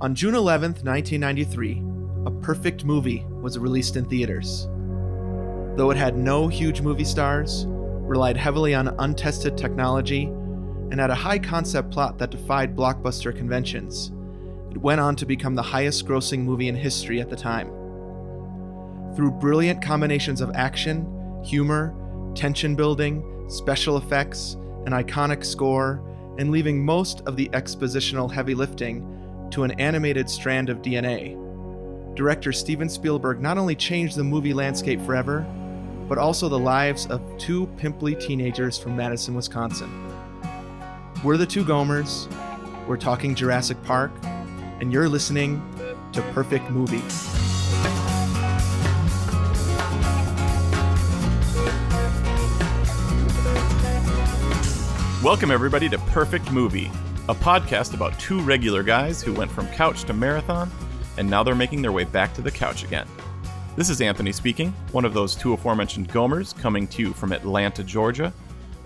On June 11, 1993, A Perfect Movie was released in theaters. Though it had no huge movie stars, relied heavily on untested technology, and had a high concept plot that defied blockbuster conventions, it went on to become the highest grossing movie in history at the time. Through brilliant combinations of action, humor, tension building, special effects, an iconic score, and leaving most of the expositional heavy lifting to an animated strand of DNA. Director Steven Spielberg not only changed the movie landscape forever, but also the lives of two pimply teenagers from Madison, Wisconsin. We're the two Gomers, we're talking Jurassic Park, and you're listening to Perfect Movie. Welcome, everybody, to Perfect Movie, a podcast about two regular guys who went from couch to marathon, and now they're making their way back to the couch again. This is Anthony speaking, one of those two aforementioned Gomers coming to you from Atlanta, Georgia,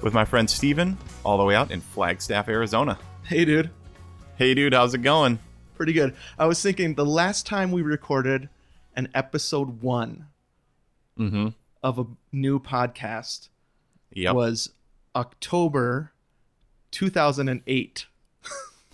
with my friend Steven, all the way out in Flagstaff, Arizona. Hey, dude. Hey, dude, how's it going? Pretty good. I was thinking the last time we recorded an episode one Mm hmm. of a new podcast Yep. was October 2008.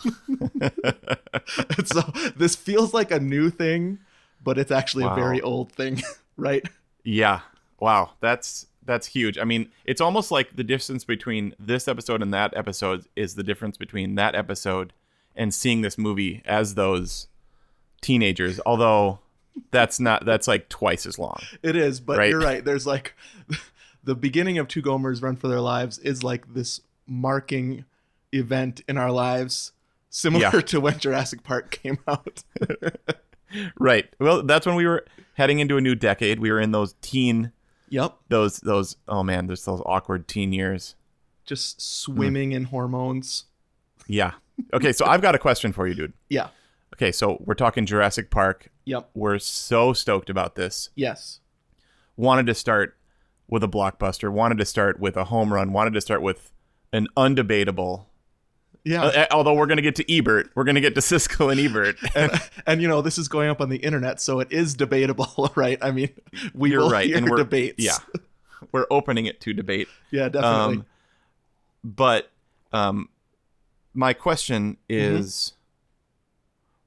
And so this feels like a new thing, but it's actually a Wow. very old thing, right? Yeah. Wow. That's that's huge. I mean, it's almost like the distance between this episode and that episode is the difference between that episode and seeing this movie as those teenagers. Although that's not that's like twice as long. It is, but Right. you're right. There's like the beginning of Two Gomers Run for Their Lives is like this marking event in our lives, similar Yeah. to when Jurassic Park came out. Right. Well, that's when we were heading into a new decade. We were in those teen yep. those those oh man, there's those awkward teen years. Just swimming in hormones. Yeah. Okay, so I've got a question for you, dude. Yeah. Okay, so we're talking Jurassic Park. Yep. We're so stoked about this. Yes. wanted to start with a blockbuster, wanted to start with a home run, wanted to start with an undebatable. Yeah. Uh, although we're going to get to Ebert, we're going to get to Siskel and Ebert. and, and you know this is going up on the internet, so it is debatable, right? I mean, we You're will right, hear and we're- debates. yeah, we're opening it to debate. yeah, definitely. Um, but um, my question Mm-hmm. is,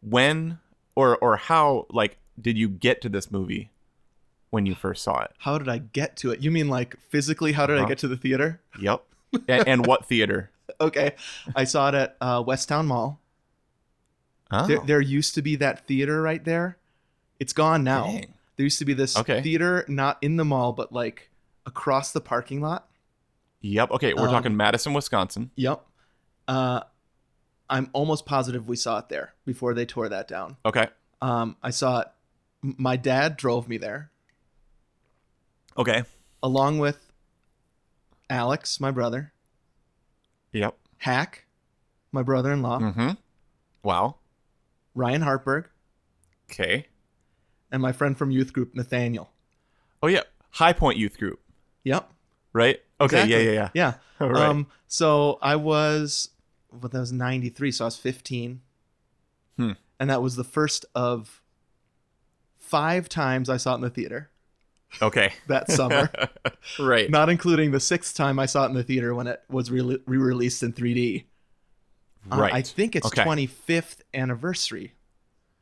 when or or how like did you get to this movie when you first saw it? how did I get to it? You mean like physically? How did I Uh-huh. get to the theater? Yep. and, and what theater? Okay, I saw it at uh, Westtown Mall. Oh, There, there used to be that theater right there. It's gone now. dang. There used to be this Okay. theater, not in the mall, but like across the parking lot. Yep. Okay, we're Um, talking Madison, Wisconsin. Yep. Uh, I'm almost positive we saw it there before they tore that down. Okay. Um, I saw it. m- My dad drove me there Okay. along with Alex, my brother, Yep. Hack, my brother-in-law, Mm-hmm. Wow. Ryan Hartberg, Okay. and my friend from youth group, Nathaniel. Oh yeah, High Point Youth Group, Yep. right? Okay. Exactly. Yeah, yeah, Yeah. yeah. All right. Um, so I was, well, that was 93, so I was 15. Hmm. And that was the first of five times I saw it in the theater okay. that summer, right. not including the sixth time I saw it in the theater when it was re released in 3D. Uh, right. I think it's Okay. 25th anniversary.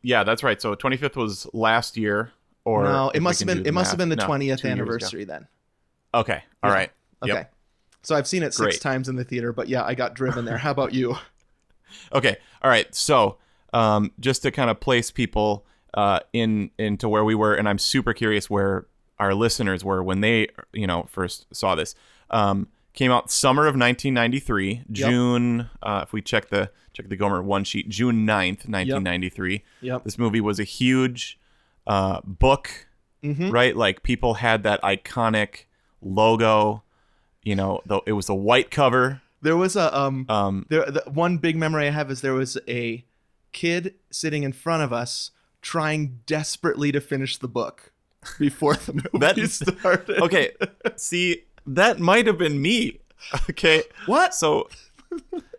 yeah, that's right. So 25th was last year, or no, if we it must have can do been the it must have math- been the no, 20th two years ago. anniversary then. Okay. All Yeah. right. Okay. Yep. So I've seen it six Great. times in the theater, but yeah, I got driven there. How about you? Okay. All right. So, um, just to kind of place people uh, in into where we were, and I'm super curious where our listeners were when they, you know, first saw this. Um, came out summer of 1993, June. Uh, if we check the check the Gomer one sheet, June 9th, 1993. Yep. This movie was a huge uh, book, hmm right? Like people had that iconic logo. You know, the, it was a white cover. There was a um Um, There, the one big memory I have is there was a kid sitting in front of us trying desperately to finish the book before the movie That- started. okay see that might have been me okay What? so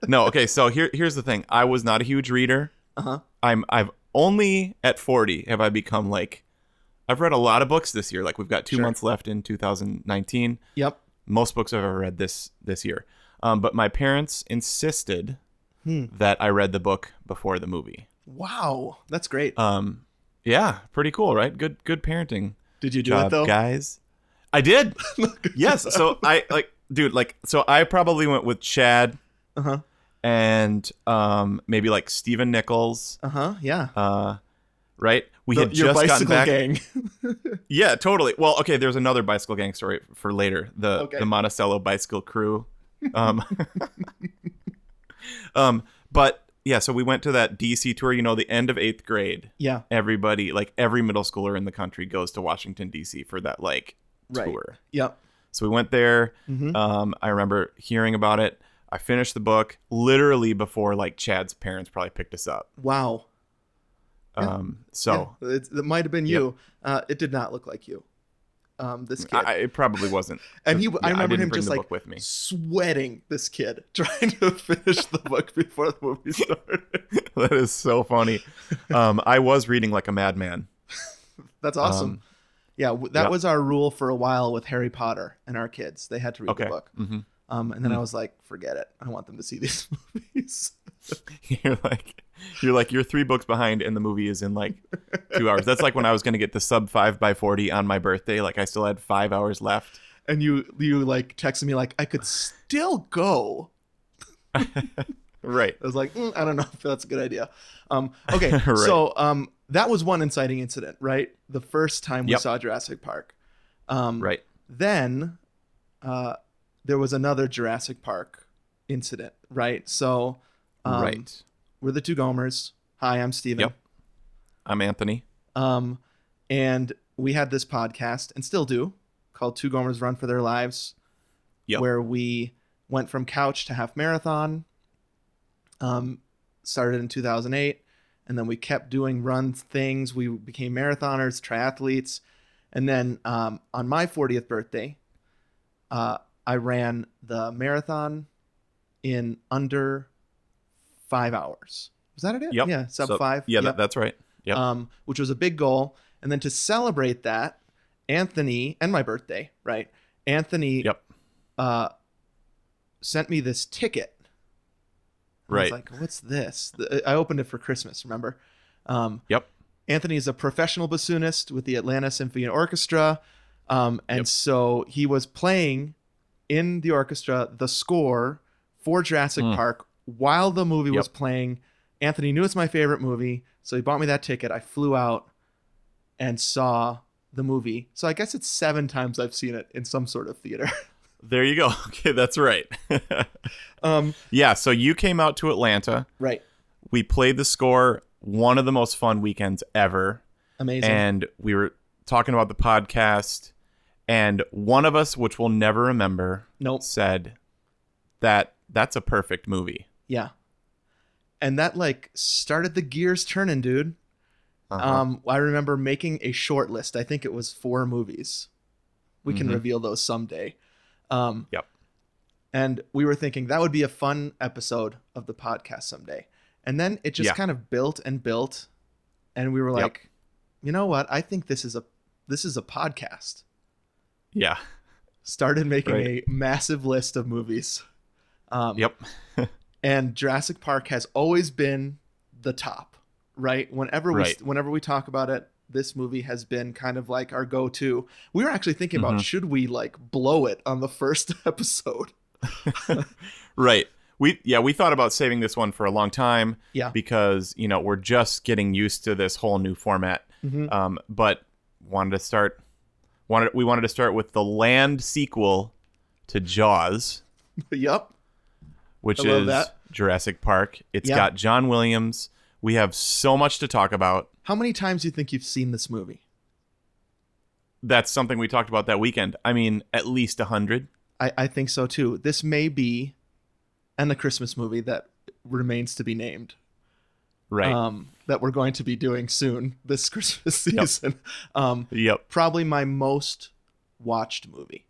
no okay so here here's the thing i was not a huge reader Uh-huh. I'm I've only at 40 have I become like I've read a lot of books this year. Like we've got 2 Sure. months left in 2019. Yep. Most books I've ever read this this year. Um, but my parents insisted Hmm. that I read the book before the movie. Wow. That's great. Um, yeah, pretty cool, right? Good good parenting Did you do job, it though? guys. I did. yes. So I like dude, like so I probably went with Chad Uh-huh. and um maybe like Steven Nichols. Uh-huh. Yeah. Uh right? We The- had your just gotten bicycle back. gang. Yeah, totally. Well, okay, there's another bicycle gang story for later. The Okay. the Monticello bicycle crew. Um, um but yeah, so we went to that DC tour, you know, the end of 8th grade. yeah. Everybody, like every middle schooler in the country goes to Washington DC for that like Right. tour. Yep. So we went there. Mm-hmm. Um, I remember hearing about it. I finished the book literally before like Chad's parents probably picked us up. Wow. Yeah. Um, so Yeah, it, it might have been Yep. Mm, you. Uh, it did not look like you. Um, this kid, I, I- it probably wasn't. and he. Yeah, I remember didn't him bring just the like book with me. sweating. This kid trying to finish the book before the movie started. that is so funny. Um, I was reading like a madman. That's awesome. Um, yeah, w- that yep. was our rule for a while with Harry Potter and our kids. They had to read okay. the book. hmm Um, and then I Hmm. was like, forget it. I want them to see these movies. You're like, you're like, you're three books behind, and the movie is in like two hours. That's like when I was gonna get the sub five by forty on my birthday. Like I still had five hours left. and you you like texted me like I could still go. Right. I was like, mm, I don't know if that's a good idea. Um, okay, Right. so um, that was one inciting incident, right? The first time we Yep. saw Jurassic Park. Um, Right. Then uh, there was another Jurassic Park incident, right? So um, right. we're the two Gomers. Hi, I'm Steven. Yep. I'm Anthony. Um, and we had this podcast and still do called Two Gomers Run for Their Lives, Yep. where we went from couch to half marathon. Um, started in 2008, and then we kept doing run things. We became marathoners, triathletes, and then um, on my 40th birthday, uh, I ran the marathon in under five hours. Was that it? Yep. Yeah, sub So- five. Yeah, Yep that, that's right. Yep. um, which was a big goal. And then to celebrate that, Anthony and my birthday, right? Anthony Yep. uh, sent me this ticket. And I was Right. like, what's this? The- I opened it for Christmas, remember? Um, Yep. Anthony is a professional bassoonist with the Atlanta Symphony Orchestra. Um, and Yep. so he was playing in the orchestra the score for Jurassic Mm. Park while the movie Yep. was playing. Anthony knew it's my favorite movie, so he bought me that ticket. I flew out and saw the movie. So I guess it's seven times I've seen it in some sort of theater. There you go. Okay, that's right. um, yeah, so you came out to Atlanta. right. We played the score, one of the most fun weekends ever. Amazing. And we were talking about the podcast, and one of us, which we'll never remember, nope. said that that's a perfect movie. Yeah. And that like started the gears turning, dude. Uh-huh. Um, I remember making a short list. I think it was four movies. We can Mhm. reveal those someday. Um, Yep. And we were thinking that would be a fun episode of the podcast someday. And then it just Yeah. kind of built and built, and we were Yep. like, you know what? I think this is a this is a podcast. yeah. Started making Right. a massive list of movies. Um, Yep. and Jurassic Park has always been the top, right? Whenever we Right. whenever we talk about it, this movie has been kind of like our go-to. We were actually thinking about Mhm. should we like blow it on the first episode? Right. We yeah, we thought about saving this one for a long time. Yeah. Because, you know, we're just getting used to this whole new format. Mm-hmm. um, but wanted to start wanted we wanted to start with the land sequel to Jaws, yep. which I love is that. Jurassic Park. It's Yeah. got John Williams. We have so much to talk about. How many times do you think you've seen this movie? That's something we talked about that weekend. I mean, at least a hundred. I, I think so too. This may be, and the Christmas movie that remains to be named. Right. Um, that we're going to be doing soon this Christmas Yep. season. Um, yep. probably my most watched movie.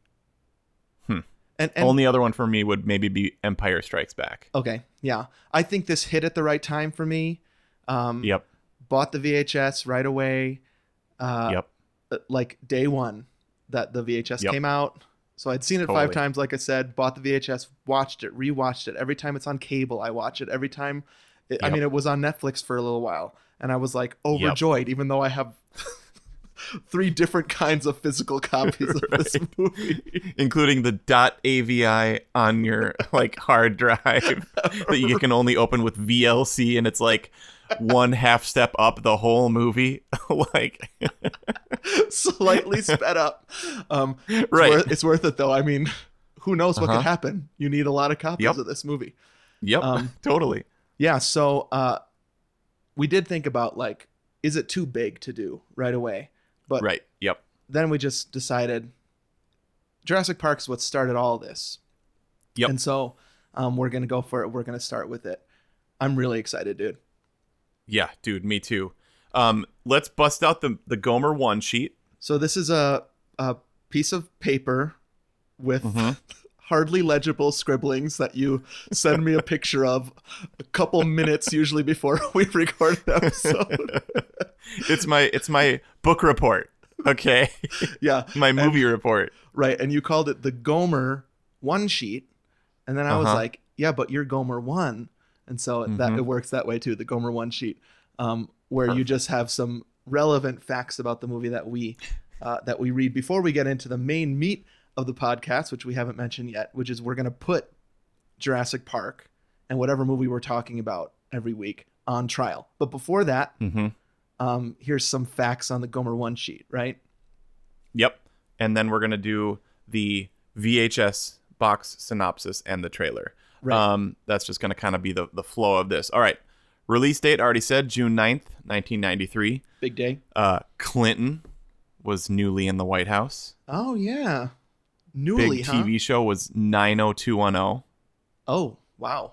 Hmm. And, and Only other one for me would maybe be Empire Strikes Back. okay, yeah, I think this hit at the right time for me. Um, Yep. Bought the VHS right away. Uh, Yep. uh, Like day one that the VHS Yep. came out. So I'd seen it five Totally. times, like I said, bought the VHS, watched it, rewatched it. Every time it's on cable, I watch it. Every time, it, I Yep. mean, it was on Netflix for a little while. And I was like overjoyed, even though I have three different kinds of physical copies of this Right. movie. including the .avi on your like hard drive that you can only open with VLC, and it's like one half step up the whole movie. like, slightly sped up. Um, it's Right. worth- it's worth it though. I mean, who knows what Uh-huh. could happen? You need a lot of copies Yep. of this movie. yep, Um, totally. Yeah. So uh, we did think about like, is it too big to do right away? But Right. Yep. then we just decided Jurassic Park's what started all this. Yep. And so um, we're gonna go for it. We're gonna start with it. I'm really excited, dude. Yeah, dude, me too. Um, let's bust out the the Gomer one sheet. So this is a a piece of paper with Mhm. hardly legible scribblings that you send me a picture of a couple minutes usually before we record an episode. It's my it's my book report. Okay, yeah, my movie report. right. And you called it the Gomer one sheet, and then I was Uh-huh. like, yeah, but you're Gomer one, and so that Mhm. it works that way too. The Gomer one sheet, um, where you just have some relevant facts about the movie that we uh, that we read before we get into the main meat of the podcast, which we haven't mentioned yet, which is we're going to put Jurassic Park and whatever movie we're talking about every week on trial. But before that, Mm-hmm. um, here's some facts on the Gomer One sheet, right? Yep. And then we're gonna do the VHS box synopsis and the trailer. Right. Um, that's just gonna kind of be the the flow of this. All right. Release date already said June 9th, 1993. Big day. Uh, Clinton was newly in the White House. Oh yeah, Big newly, huh? TV show was 90210. Oh wow. oh.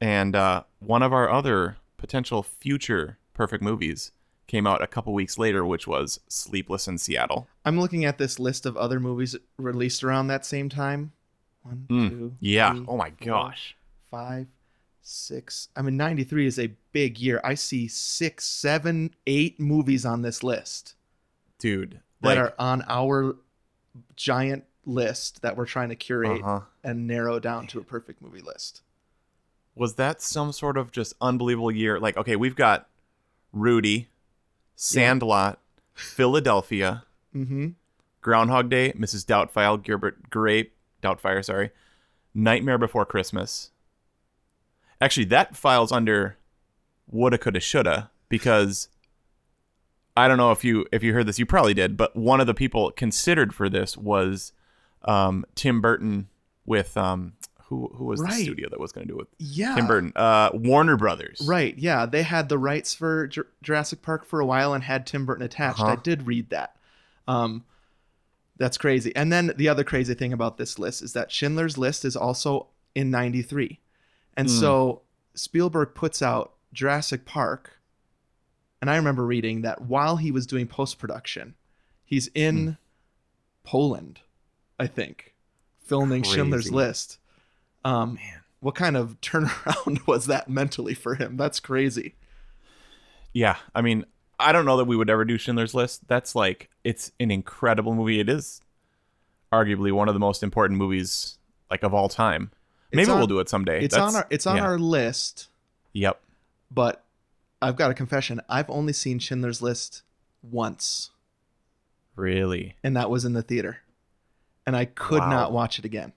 And uh, one of our other potential future perfect movies came out a couple weeks later, which was Sleepless in Seattle. I'm looking at this list of other movies released around that same time. One, Mm, two, Yeah. three, oh my gosh. five, six. I mean, 93 is a big year. I see six, seven, eight movies on this list Dude. that like, are on our giant list that we're trying to curate uh-huh. and narrow down to a perfect movie list. was that some sort of just unbelievable year? Like, okay, we've got Rudy, Sandlot, Philadelphia, Mm-hmm. Groundhog Day, Mrs. Doubtfire, Gilbert Grape, Doubtfire, sorry, Nightmare Before Christmas. Actually, that files under woulda, coulda, shoulda because I don't know if you if you heard this, you probably did, but one of the people considered for this was um, Tim Burton with um, who who was Right. the studio that was going to do it Yeah. Tim Burton. Uh, Warner Brothers. Right. Yeah. They had the rights for Ju- Jurassic Park for a while and had Tim Burton attached. Uh-huh. I did read that. Um, that's crazy. And then the other crazy thing about this list is that Schindler's List is also in 93. And Mm. so Spielberg puts out Jurassic Park. And I remember reading that while he was doing post production, he's in Hmm. Poland, I think, filming Schindler's Crazy. List. Um, Man. What kind of turnaround was that mentally for him? That's crazy. Yeah. I mean, I don't know that we would ever do Schindler's List. That's like it's an incredible movie. It is arguably one of the most important movies like of all time. It's Maybe on- we'll do it someday. It's That's- on our it's on yeah. our list, Yep. but I've got a confession. I've only seen Schindler's List once, Really. and that was in the theater, and I could Wow. not watch it again.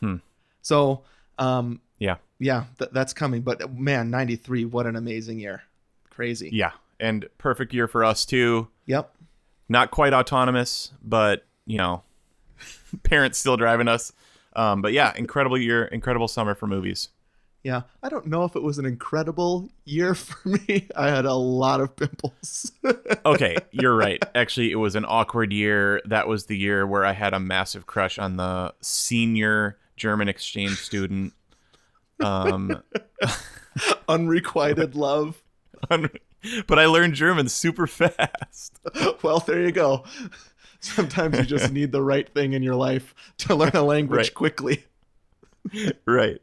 Hmm. So, um, Yeah. yeah, th- that's coming. But man, ninety three, what an amazing year! Crazy. Yeah. And perfect year for us too. Yep. Not quite autonomous, but you know, parents still driving us. Um, but yeah, incredible year, incredible summer for movies. Yeah, I don't know if it was an incredible year for me. I had a lot of pimples. okay, you're right. Actually, it was an awkward year. That was the year where I had a massive crush on the senior German exchange student. Um, Unrequited love. but I learned German super fast. Well, there you go. Sometimes you just need the right thing in your life to learn a language Right. quickly. Right.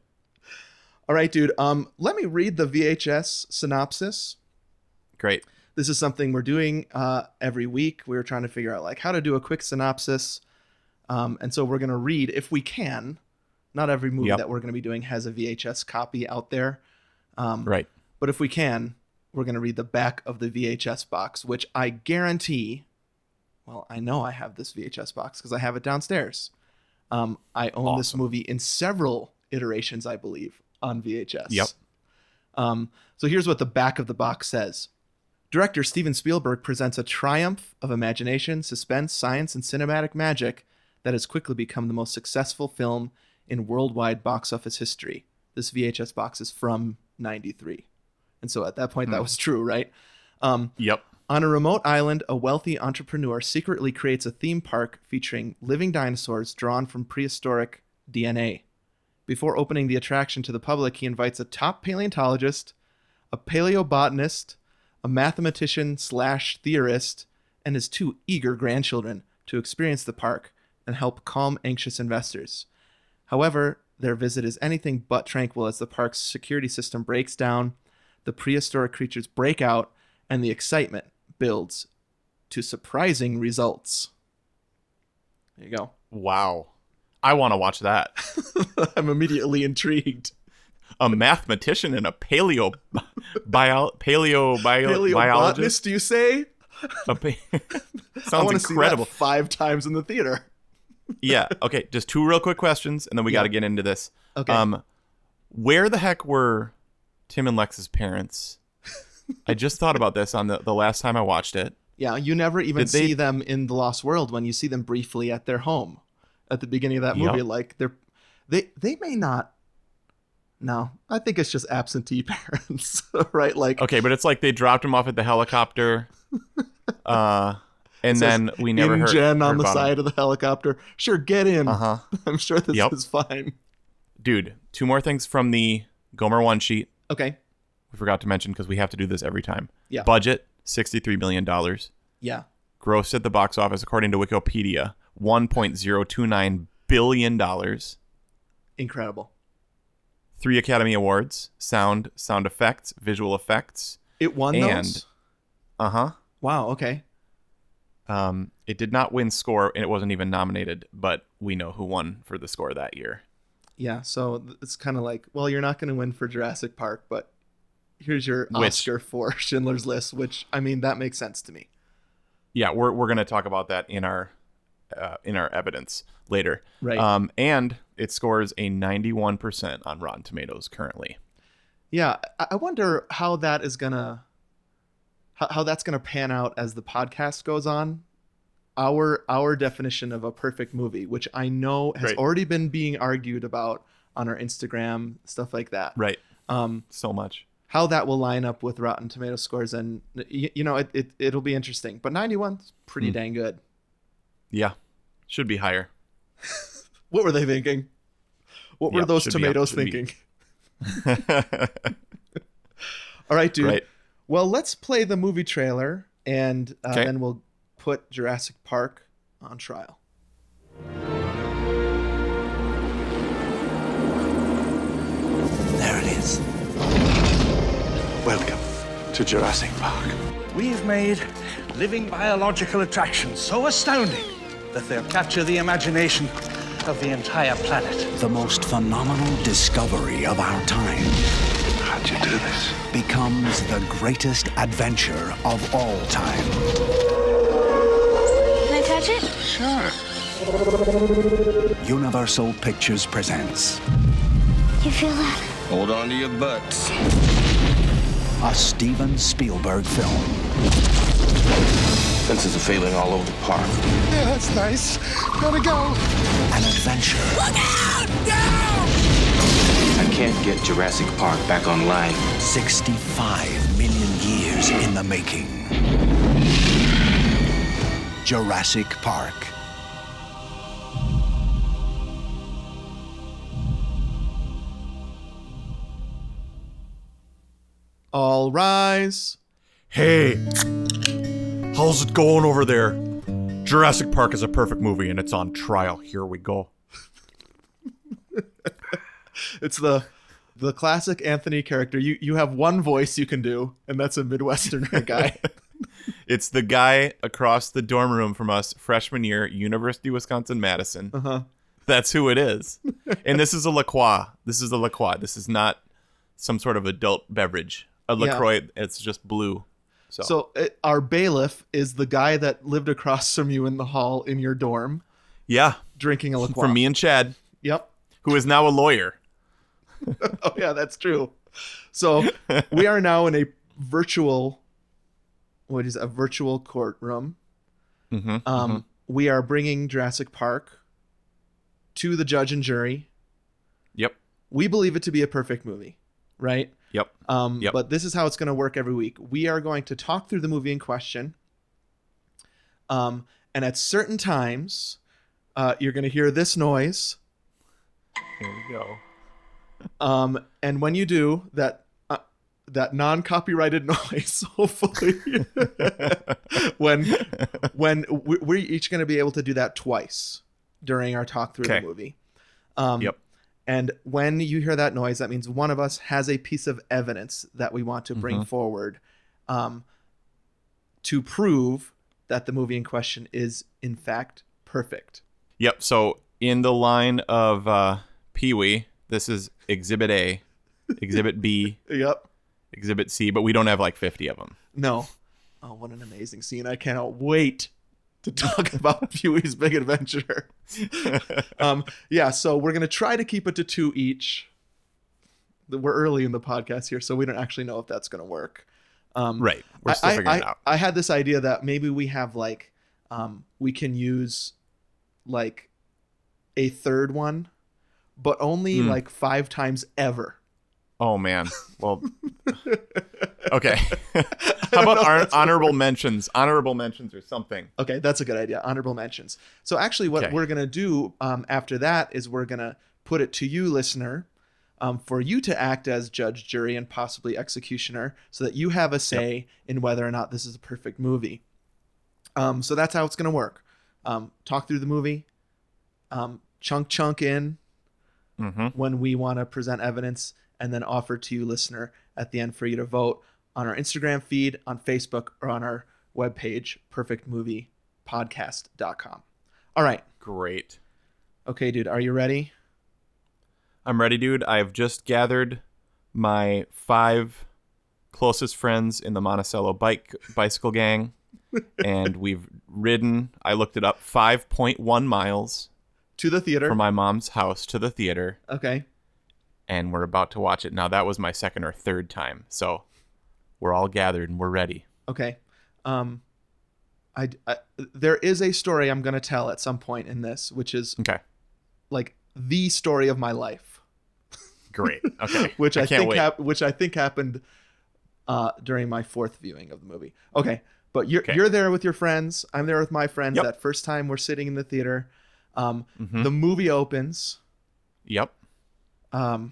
All right, dude. Um, let me read the VHS synopsis. Great. This is something we're doing uh, every week. We were trying to figure out like how to do a quick synopsis, um, and so we're gonna read if we can. Not every movie Yep. that we're gonna be doing has a VHS copy out there, um, Right. but if we can, we're gonna read the back of the VHS box, which I guarantee. Well, I know I have this VHS box because I have it downstairs. Um, I own this Awesome. movie in several iterations, I believe, on VHS. Yep. Um, so here's what the back of the box says Director Steven Spielberg presents a triumph of imagination, suspense, science, and cinematic magic that has quickly become the most successful film in worldwide box office history. This VHS box is from 93. And so at that point, that Hmm. was true, right? Um, Yep. on a remote island, a wealthy entrepreneur secretly creates a theme park featuring living dinosaurs drawn from prehistoric DNA. Before opening the attraction to the public, he invites a top paleontologist, a paleobotanist, a mathematician slash theorist, and his two eager grandchildren to experience the park and help calm anxious investors. However, their visit is anything but tranquil as the park's security system breaks down, the prehistoric creatures break out, and the excitement builds to surprising results. There you go. Wow. I want to watch that. I'm immediately intrigued. A mathematician and a paleo bio, paleo bio, Paleobotanist, biologist. do you say? A pa- I sounds want to see that incredible. five times in the theater. yeah. Okay. Just two real quick questions, and then we Yeah. got to get into this. Okay. Um, where the heck were Tim and Lex's parents? I just thought about this on the, the last time I watched it. yeah, you never even did they- see them in the Lost World when you see them briefly at their home at the beginning of that Yep. movie. Like they're they they may not. No, I think it's just absentee parents, right? Like Okay, but it's like they dropped him off at the helicopter, uh, and It says, then we never in heard. Jen on heard the side of the helicopter. Sure, get in. Uh huh. I'm sure this Yep. is fine. Dude, two more things from the Gomer one sheet. Okay. We forgot to mention because we have to do this every time. Yeah. Budget sixty three million dollars. Yeah. Gross at the box office, according to Wikipedia, one point zero two nine billion dollars. Incredible. Three Academy Awards: sound, sound effects, visual effects. It won And- those. Uh huh. Wow. Okay. Um, it did not win score, and it wasn't even nominated. But we know who won for the score that year. Yeah. So th- it's kind of like, well, you're not going to win for Jurassic Park, but here's your Which- Oscar for Schindler's List, which I mean that makes sense to me. yeah we're, we're going to talk about that in our uh, in our evidence later Right. um, and it scores a 91% on rotten tomatoes currently yeah. I-, I wonder how that is gonna how, how that's gonna pan out as the podcast goes on. Our our definition of a perfect movie, which I know has Right. already been being argued about on our Instagram stuff like that. right Um, so much how that will line up with Rotten Tomato scores, and you, you know it, it it'll be interesting. But 91's pretty Hmm. dang good. yeah should be higher What were they thinking? What were Yeah, those should be up, tomatoes should be. thinking? All right, dude. right Well, let's play the movie trailer, and uh, Okay. then we'll put Jurassic Park on trial. There it is. Welcome to Jurassic Park. We've made living biological attractions so astounding that they'll capture the imagination of the entire planet. the most phenomenal discovery of our time How'd you do this? becomes the greatest adventure of all time. Can I touch it? Universal Pictures presents You feel that? Hold on to your butts. a Steven Spielberg film Fences are failing all over the park. Yeah, that's nice. Gotta go. an adventure I can't get Jurassic Park back online. 65 million years in the making. Jurassic Park. All rise. hey how's it going over there jurassic park is a perfect movie and it's on trial here we go It's the the classic Anthony character. You you have one voice you can do, and that's a Midwesterner guy. It's the guy across the dorm room from us, freshman year, University of Wisconsin Madison. Uh-huh. That's who it is. and this is a La Croix. This is a La Croix. This is not some sort of adult beverage. A La Yeah. Croix, it's just blue. So, So uh, our bailiff is the guy that lived across from you in the hall in your dorm, yeah, drinking a liqueur. from me and Chad, Yep. who is now a lawyer. Oh yeah, that's true. So we are now in a virtual, what is it, a virtual courtroom. Mhm, um, We are bringing Jurassic Park to the judge and jury. Yep. We believe it to be a perfect movie, right? Yep. Um, Yep. But this is how it's going to work every week. We are going to talk through the movie in question. Um, and at certain times, uh, you're going to hear this noise. Here we go. Um, and when you do that, uh, that non-copyrighted noise, hopefully, when when we- we're each going to be able to do that twice during our talk through Okay. the movie. Um, Yep. And when you hear that noise, that means one of us has a piece of evidence that we want to bring forward um, to prove that the movie in question is in fact perfect. Yep. So in the line of uh, Pee Wee, this is Exhibit A, Exhibit B, Yep. Exhibit C, but we don't have like 50 of them. No. Oh, what an amazing scene. I cannot wait to talk about Pewie's Big Adventure. um, yeah, so we're going to try to keep it to two each. We're early in the podcast here, so we don't actually know if that's going to work. Um, Right. We're still I, figuring I, it out. I had this idea that maybe we have like, um, we can use like a third one, but only Mm. like five times ever. Oh man. Well. okay. How about hon- honorable mentions? Honorable mentions or something. Okay, that's a good idea. Honorable mentions. So actually, what Okay. we're gonna do um, after that is we're gonna put it to you, listener, um, for you to act as judge, jury, and possibly executioner, so that you have a say in whether or not this is a perfect movie. Um, so that's how it's gonna work. Um, talk through the movie, um, chunk chunk in Mhm. when we want to present evidence, and then offer to you, listener, at the end for you to vote on our Instagram feed, on Facebook, or on our webpage, perfectmoviepodcast.com. All right. Great. Okay, dude, are you ready? I'm ready, dude. I've just gathered my five closest friends in the Monticello bike bicycle gang, and we've ridden. I looked it up. Five point one miles To the theater. from my mom's house to the theater, okay. and we're about to watch it. Now that was my second or third time, so we're all gathered and we're ready. Okay. Um, I, I- there is a story I'm going to tell at some point in this, which is Okay. like the story of my life, Great. Okay. which I, can't think wait. hap- which I think happened uh, during my fourth viewing of the movie. Okay, but you're Okay. you're there with your friends. I'm there with my friends. Yep. Mm-hmm. That first time we're sitting in the theater, um, the movie opens. yep. Um,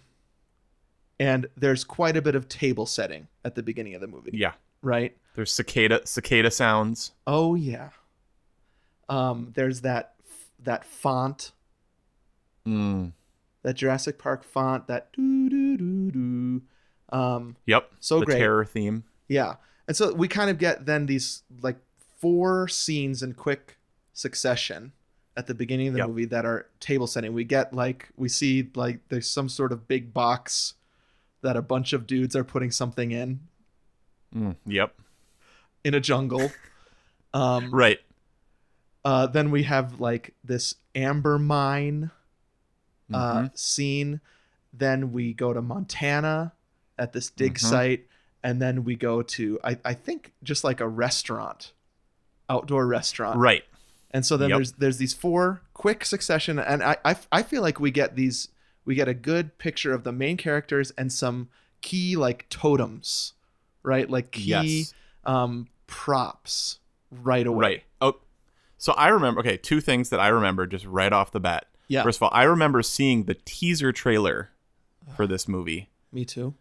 and there's quite a bit of table setting at the beginning of the movie, Yeah. right? There's cicada cicada sounds. Oh yeah. Um, there's that that font, Mm. that Jurassic Park font, that doo doo doo doo. Um, Yep. So the great. terror theme. yeah, and so we kind of get then these like four scenes in quick succession at the beginning of the Yep. movie that are table setting. We get like we see like there's some sort of big box that a bunch of dudes are putting something in Mm. Yep. in a jungle. Um, Right. Uh, then we have like this amber mine uh, Mm-hmm. scene. Then we go to Montana at this dig Mm-hmm. site, and then we go to I, I think just like a restaurant, outdoor restaurant. Right. And so then Yep. there's there's these four quick succession, and I, I I feel like we get these we get a good picture of the main characters and some key like totems, right? Like key Yes. um props right away. Right. Oh, so I remember. Okay, two things that I remember just right off the bat. Yeah. First of all, I remember seeing the teaser trailer for this movie. Me too.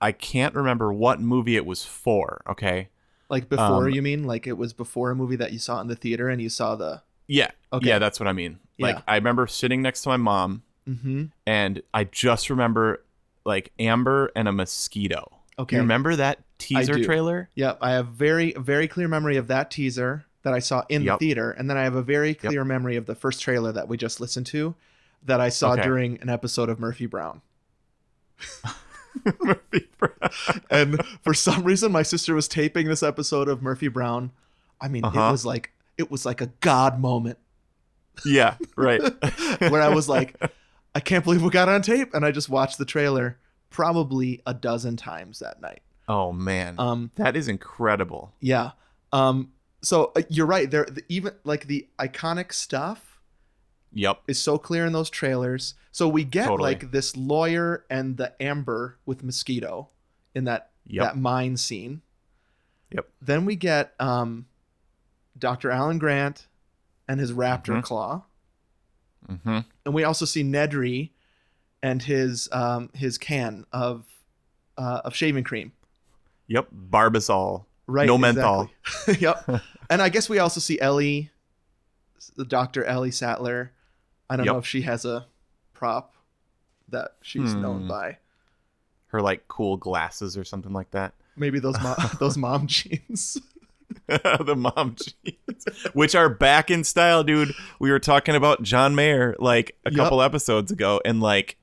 I can't remember what movie it was for. Okay. Like before, Um, you mean? Like it was before a movie that you saw in the theater and you saw the. Yeah. Okay. Yeah, that's what I mean. Like Yeah. I remember sitting next to my mom, Mm-hmm. and I just remember like amber and a mosquito. Okay. You remember that teaser do. trailer? Yep, I have very very clear memory of that teaser that I saw in Yep. the theater, and then I have a very clear memory of the first trailer that we just listened to, that I saw Okay. during an episode of Murphy Brown. Murphy Brown. And for some reason, my sister was taping this episode of Murphy Brown. I mean, Uh-huh. it was like it was like a god moment yeah, right. where I was like, I can't believe we got on tape, and I just watched the trailer probably a dozen times that night. oh man, Um, that is incredible. Yeah. Um. So uh, you're right. There, the, even like the iconic stuff Yep. is so clear in those trailers. So we get Totally. like this lawyer and the amber with mosquito in that Yep. that mine scene. Yep. Then we get um, Dr. Alan Grant and his raptor Mhm. claw, Mm-hmm. and we also see Nedry and his um, his can of uh, of shaving cream. Yep. Barbasol. Right. No menthol. exactly. yep. And I guess we also see Ellie, the Dr. Ellie Sattler. I don't know Yep. if she has a prop that she's known Hmm. by. Her like cool glasses or something like that. Maybe those mom, those mom jeans. the mom jeans, which are back in style, dude. We were talking about John Mayer like a Yep. couple episodes ago, and like,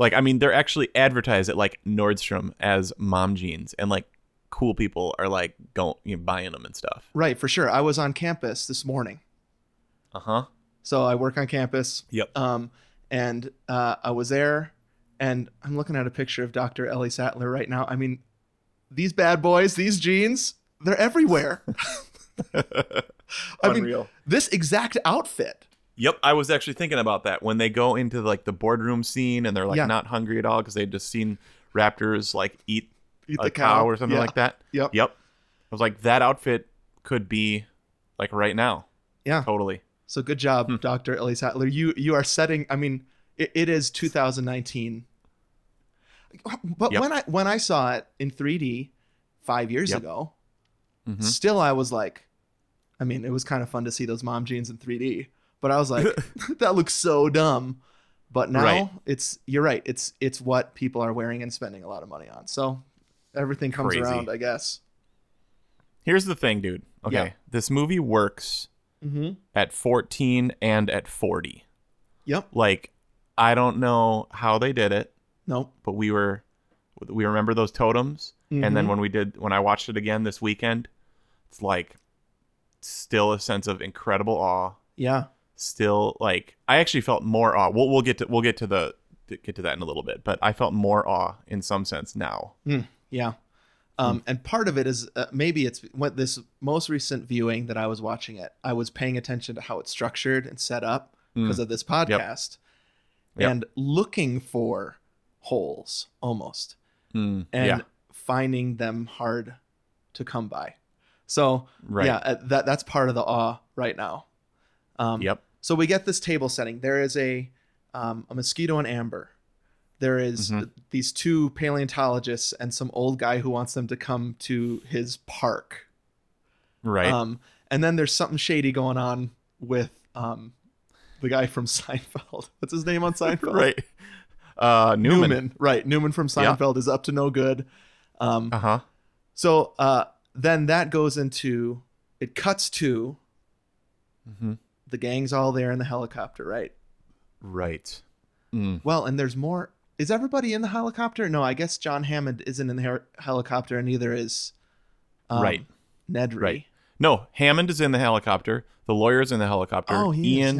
like I mean, they're actually advertised at like Nordstrom as mom jeans, and like cool people are like going you know, buying them and stuff. right, for sure. I was on campus this morning. Uh huh. So I work on campus. Yep. Um, and uh, I was there, and I'm looking at a picture of Dr. Ellie Sattler right now. I mean, these bad boys, these jeans, they're everywhere. I mean, Unreal. this exact outfit. Yep, I was actually thinking about that when they go into like the boardroom scene and they're like Yeah. not hungry at all because they just seen raptors like eat, Eat a the cow. cow. or something Yeah. like that. Yep. Yep, I was like that outfit could be like right now. Yeah. Totally. So good job, Hmm. Dr. Elise Sattler. You you are setting. I mean, it, it is 2019. But Yep. when I when I saw it in 3D five years Yep. ago, Mhm. still I was like, I mean, it was kind of fun to see those mom jeans in 3D. But I was like, that looks so dumb. But now Right. it's you're right. It's it's what people are wearing and spending a lot of money on. So everything comes Crazy. around, I guess. Here's the thing, dude. Okay. Yeah. This movie works Mhm. at 14 and at 40. Yep. Like I don't know how they did it, Nope. but we were we remember those totems and Mm-hmm. then when we did when I watched it again this weekend, it's like still a sense of incredible awe, Yeah. still like I actually felt more awe. We'll, we'll get to we'll get to the get to that in a little bit, but I felt more awe in some sense now. Yeah. Um, Hmm. And part of it is uh, maybe it's what this most recent viewing that I was watching it, I was paying attention to how it's structured and set up because of this podcast Hmm. Yep. and looking for holes almost Mm, Hmm. and yeah. finding them hard to come by. So, Right. yeah, uh, that, that's part of the awe right now. Um, Yep. so we get this table setting. There is a um, a mosquito and amber. There is Mm-hmm. these two paleontologists and some old guy who wants them to come to his park. Right. Um, and then there's something shady going on with um, the guy from Seinfeld. What's his name on Seinfeld? right. Uh Newman. Newman. Right. Newman from Yeah. Seinfeld is up to no good. Uh-huh. So uh, then that goes into it cuts to Mm-hmm. the gang's all there in the helicopter, right? Right. Well, and there's more. Is everybody in the helicopter? No, I guess John Hammond isn't in the her- helicopter, and neither is um, Right. Nedry. Right. No, Hammond is in the helicopter. The lawyer's in the helicopter. Oh, he is, Ian,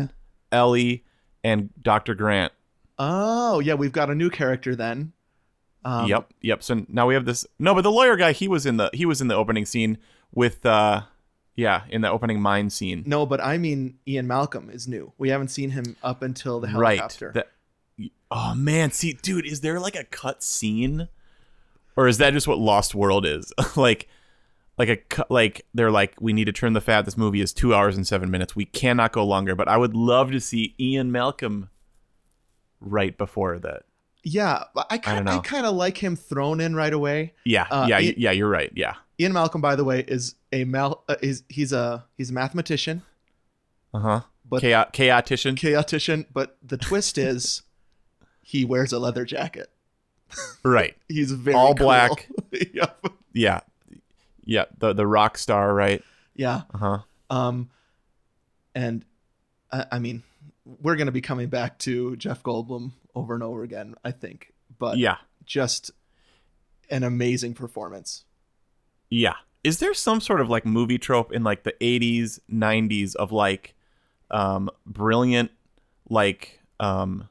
yeah. Ellie, and Dr. Grant. Oh, yeah, we've got a new character then. Um, yep, yep. So now we have this. No, but the lawyer guy, he was in the he was in the opening scene with, uh yeah, in the opening mine scene. No, but I mean Ian Malcolm is new. We haven't seen him up until the right. helicopter. That- oh man, see, dude, is there like a cut scene, or is that just what Lost World is? like, like a cut, like they're like, we need to turn the fat. This movie is two hours and seven minutes. We cannot go longer. But I would love to see Ian Malcolm right before that. yeah, but I don't kind know. I kind of like him thrown in right away. Yeah, Uh, yeah, it- yeah. You're right. Yeah. Ian Malcolm, by the way, is a mal uh, is he's a he's a mathematician, Uh huh. But- Chaot- chaotician. chaotician, but the twist is he wears a leather jacket. right. He's very All cool. black. yep. Yeah, yeah. The the rock star, right? Yeah. Uh huh. Um, and I, I mean, we're going to be coming back to Jeff Goldblum over and over again, I think. But Yeah, just an amazing performance. yeah. Is there some sort of like movie trope in like the '80s, '90s of like um brilliant like um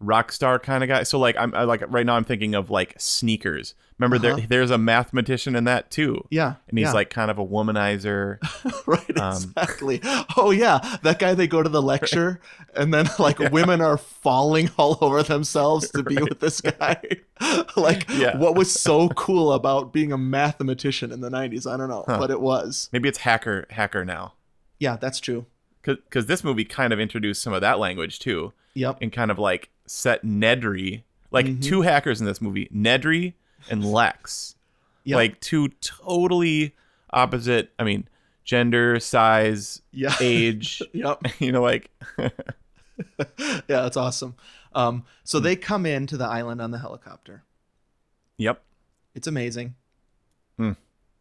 rock star kind of guy? So like I'm I, like right now I'm thinking of like sneakers. Remember Uh-huh. there there's a mathematician in that too. Yeah. And he's yeah. like kind of a womanizer. right, um, exactly. Oh, yeah. That guy, they go to the lecture, and then like women are falling all over themselves to be with this guy. like, Yeah. what was so cool about being a mathematician in the 90s? I don't know, but it was. Maybe it's hacker hacker now. Yeah, that's true. because this movie kind of introduced some of that language too Yep. and kind of like set nedry like Mhm. two hackers in this movie nedry and lex Yeah. like two totally opposite i mean gender size Yeah. age Yep. you know like yeah, that's awesome. Um, so they come into the island on the helicopter. yep It's amazing. Hmm.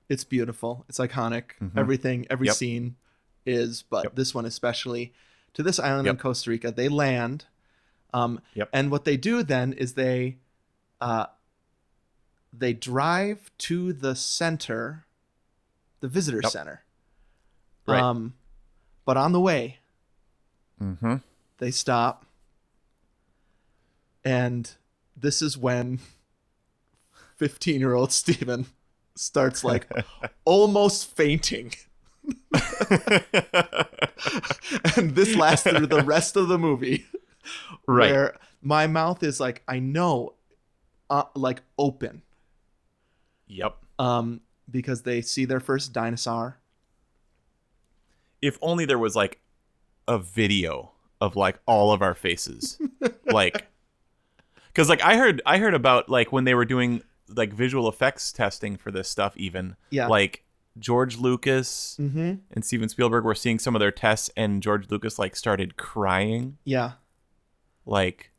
It's beautiful. It's iconic. Everything, every Mm-hmm. Yep. scene is, but Yep. this one especially. To this island in Yep. Costa Rica, they land. Um, Yep. And what they do then is they, uh, they drive to the center, the visitor Yep. center. Right. Um, but on the way, mm-hmm. they stop and this is when 15 year old steven starts like almost fainting and this lasts through the rest of the movie right where my mouth is like i know uh, like open yep um because they see their first dinosaur if only there was like a video of like all of our faces like because like i heard i heard about like when they were doing like visual effects testing for this stuff even Yeah. like george lucas mm-hmm and steven spielberg were seeing some of their tests and george lucas like started crying yeah like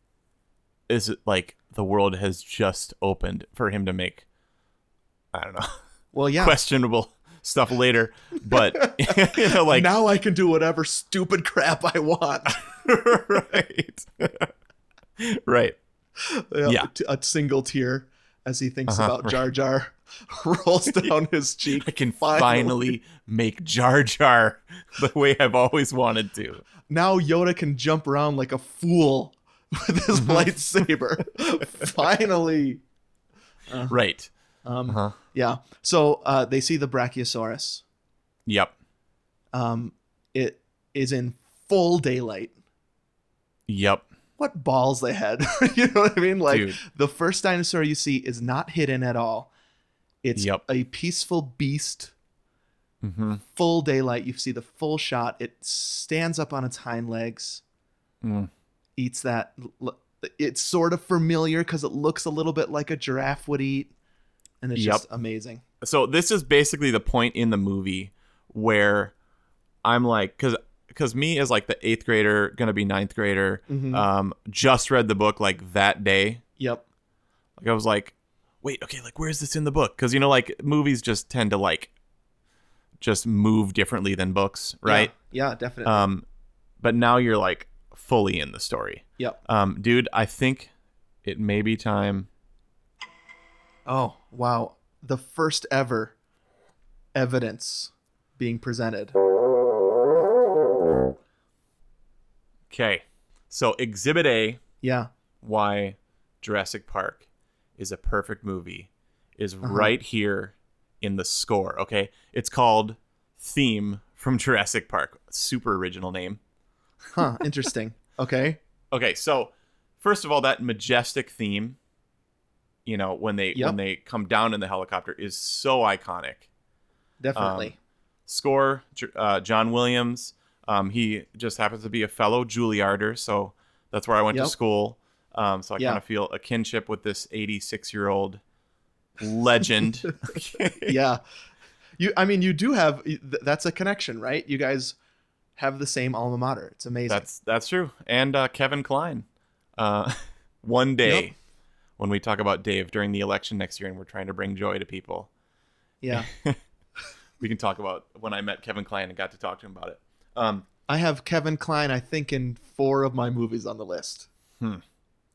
is it like the world has just opened for him to make i don't know well yeah questionable stuff later but you know like now i can do whatever stupid crap i want right. right. Yeah, Yeah. t- a single tear as he thinks Uh-huh, about Jar Jar rolls down his cheek. I can finally. make Jar Jar the way I've always wanted to. Now Yoda can jump around like a fool with his Mm-hmm. lightsaber. finally. Right. Uh-huh. Um, Uh-huh. Yeah. So uh, they see the Brachiosaurus. Yep. Um, it is in full daylight. Yep. What balls they had. you know what I mean? Like Dude. the first dinosaur you see is not hidden at all. It's Yep. a peaceful beast Mm-hmm. full daylight. You see the full shot. It stands up on its hind legs, Mm. eats that. l- It's sort of familiar because it looks a little bit like a giraffe would eat, and it's Yep. just amazing. So this is basically the point in the movie where I'm like, because because me as like the eighth grader, gonna be ninth grader, um, just read the book like that day. Yep. Like I was like, wait, okay, like where is this in the book? Because you know, like movies just tend to like just move differently than books, right? Yeah, Yeah, definitely. Um, but now you're like fully in the story. yep. Um, dude, I think it may be time. Oh wow, the first ever evidence being presented. Okay, so Exhibit A, Yeah. why Jurassic Park is a perfect movie, is right here in the score. Okay, it's called Theme from Jurassic Park. Super original name. Huh. Interesting. okay. Okay, so first of all, that majestic theme, you know, when they Yep. when they come down in the helicopter, is so iconic. Definitely. Um, score J- uh, John Williams. Um, he just happens to be a fellow Juilliarder, so that's where I went Yep. to school. Um, so I Yeah. kind of feel a kinship with this 86 year old legend. yeah. You. I mean, you do have. th- That's a connection, right? You guys have the same alma mater. It's amazing. that's that's true. And uh, Kevin Klein. Uh, one day, when we talk about Dave during the election next year and we're trying to bring joy to people. Yeah. We can talk about when I met Kevin Klein and got to talk to him about it. Um, I have Kevin Klein, I think, in four of my movies on the list.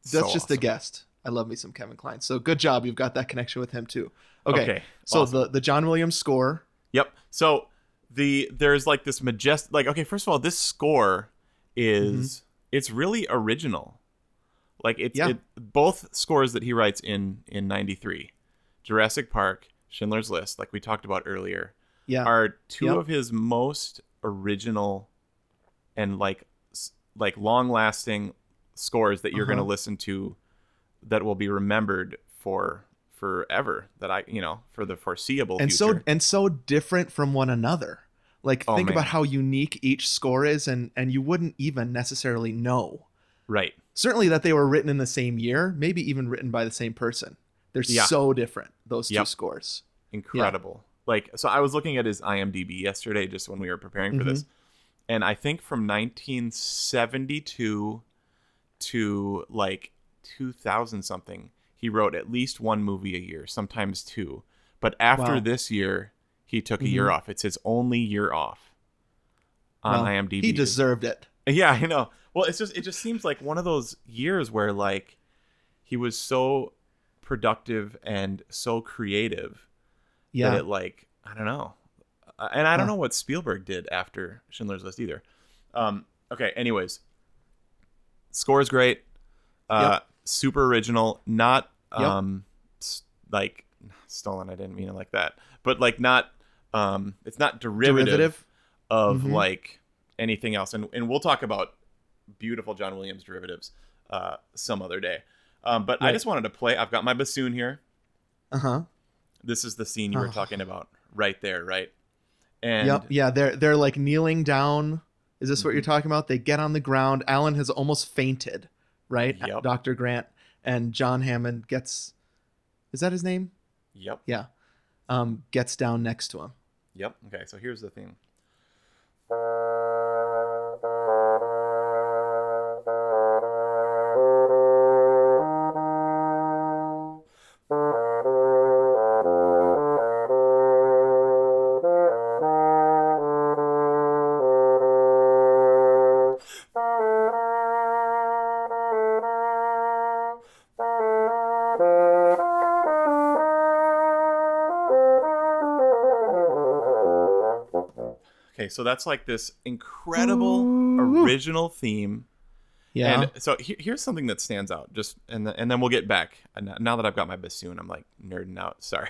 so That's just a awesome. guest. I love me some Kevin Klein. So good job. You've got that connection with him too. Okay. Okay, So the, the John Williams score. Yep. So the there's like this majestic like okay, first of all, this score is it's really original. Like it's Mm-hmm. Yeah. it, both scores that he writes in in 93. Jurassic Park, Schindler's List, like we talked about earlier, Yeah. are two Yep. of his most original and like s- like long-lasting scores that you're going Uh-huh. to listen to that will be remembered for forever that I, you know, for the foreseeable and future. so and so different from one another. Like Oh, think man. about how unique each score is and and you wouldn't even necessarily know. right. Certainly that they were written in the same year, maybe even written by the same person. They're Yeah. so different, those two Yep. scores. incredible like so i was looking at his imdb yesterday just when we were preparing for Mm-hmm. this and i think from 1972 to like 2000 something he wrote at least one movie a year sometimes two but after Wow. this year he took a year off it's his only year off on Well, imdb He deserved it. yeah, I know. Well, it's just it just seems like one of those years where like he was so productive and so creative Yeah. that it like I don't know, Uh, and I don't Huh. know what Spielberg did after Schindler's List either. Um, okay, anyways, score's great, uh, super original, not Yep. um s- like stolen. I didn't mean it like that, but like not um it's not derivative Derivative. Mm-hmm. of like anything else and and we'll talk about beautiful john williams derivatives uh some other day um but i Right. just wanted to play i've got my bassoon here Uh-huh. this is the scene you were Oh. talking about right there right and Mm-hmm. yep. Yeah. They're they're like kneeling down. Is this what you're talking about? They get on the ground. Alan has almost fainted, right? Yep. Dr. Grant and John Hammond gets is that his name? yep Yeah. Um, gets down next to him. Yep. Okay, so here's the thing. Okay, so that's like this incredible original theme. Yeah. And so he- here's something that stands out. Just and the, and then we'll get back. And now- now that I've got my bassoon, I'm like nerding out. Sorry.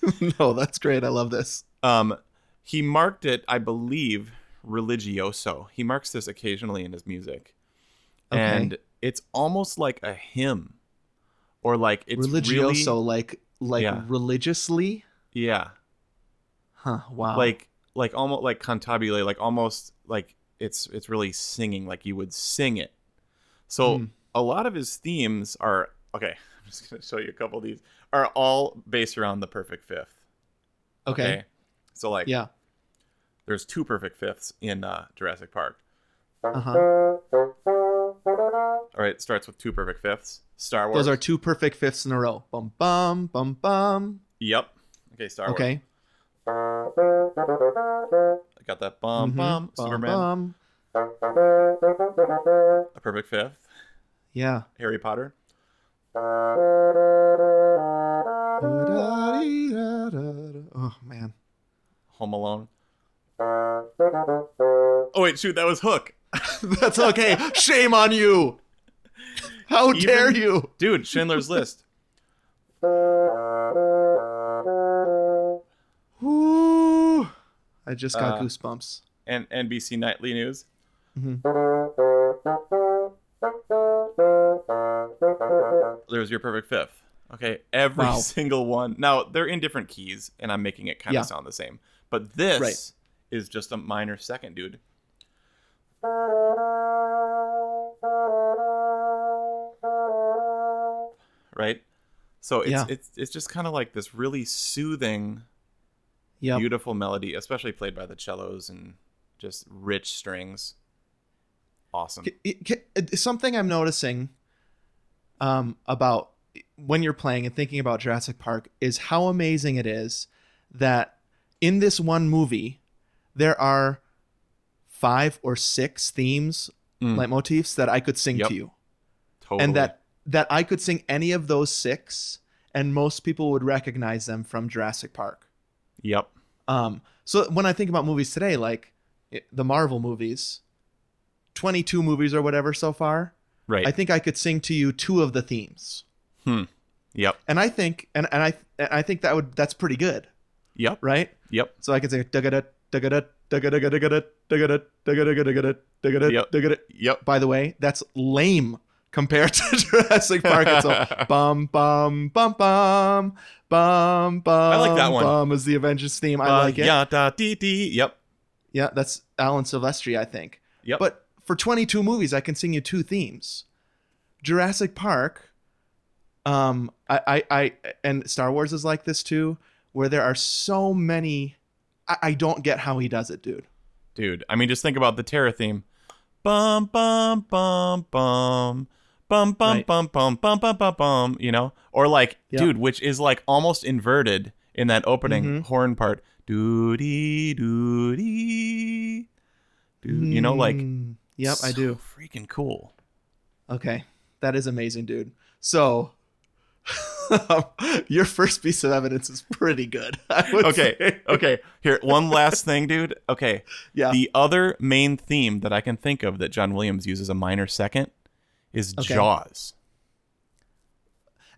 no, that's great. I love this. Um, he marked it, I believe, religioso. He marks this occasionally in his music, Okay. and it's almost like a hymn, or like it's Religioso, Really, like like Yeah. religiously. yeah, Huh. Wow. like like almost like cantabile, like almost like it's it's really singing, like you would sing it. So Hmm. a lot of his themes are okay. I'm just gonna show you a couple of these. Are all based around the perfect fifth. okay. So like Yeah. there's two perfect fifths in uh, Jurassic Park. Uh huh. All right, it starts with two perfect fifths. Star Wars. Those are two perfect fifths in a row. Bum bum bum bum. Yep. Okay, Star Wars. Okay. I got that bomb, bomb, Mm-hmm. Bum, Superman. bum. A perfect fifth. Yeah. Harry Potter. Oh man. Home Alone. Oh wait, shoot, that was Hook. That's okay. Shame on you. How Even- dare you? Dude, Schindler's List. Ooh. I just got Uh, goosebumps. And NBC Nightly News. Mm-hmm. There's your perfect fifth. Okay, every Wow. single one. Now they're in different keys, and I'm making it kind Yeah. of sound the same. But this Right. is just a minor second, dude. Right. So it's Yeah. it's it's just kind of like this really soothing, Yep. beautiful melody, especially played by the cellos and just rich strings. Awesome. It- it- it- something I'm noticing um, about when you're playing and thinking about Jurassic Park is how amazing it is that in this one movie there are five or six themes, leitmotifs that I could sing Mm. Yep. to you, Totally. and that that I could sing any of those six, and most people would recognize them from Jurassic Park. Yep. Um, so when I think about movies today, like it- the Marvel movies, 22 movies or whatever so far, Right. I think I could sing to you two of the themes. Hmm. Yep. And I think, and, and I, and I think that would, that's pretty good, Yep. right? Yep. So I could say, "Dugga-da, dugga-da, dugga-da, dugga-da, dugga-da, dugga-da, dugga-da, dugga-da, Yep. dugga-da." Yep. by the way, that's lame compared to Jurassic Park. It's all bum, bum, bum, bum, bum, bum. I like that one. Bum is the Avengers theme. I Uh, like it. Yeah. Da, dee, dee. Yep. Yeah, that's Alan Silvestri, I think. Yep. But for 22 movies, I can sing you two themes. Jurassic Park, um, I, I, I, and Star Wars is like this too, where there are so many. I, I don't get how he does it, dude. dude. I mean, just think about the Terra theme. Bum bum bum bum bum bum Right. bum bum bum bum bum bum. You know, or like, Yeah. dude, which is like almost inverted in that opening Mm-hmm. horn part. Doody doody. Dude, you know, like Mm, yep, I so do. Freaking cool. Okay, that is amazing, dude. So. your first piece of evidence is pretty good. I would Okay, say. okay. Here, one last thing, dude. Okay, Yeah. The other main theme that I can think of that John Williams uses a minor second is Okay. Jaws.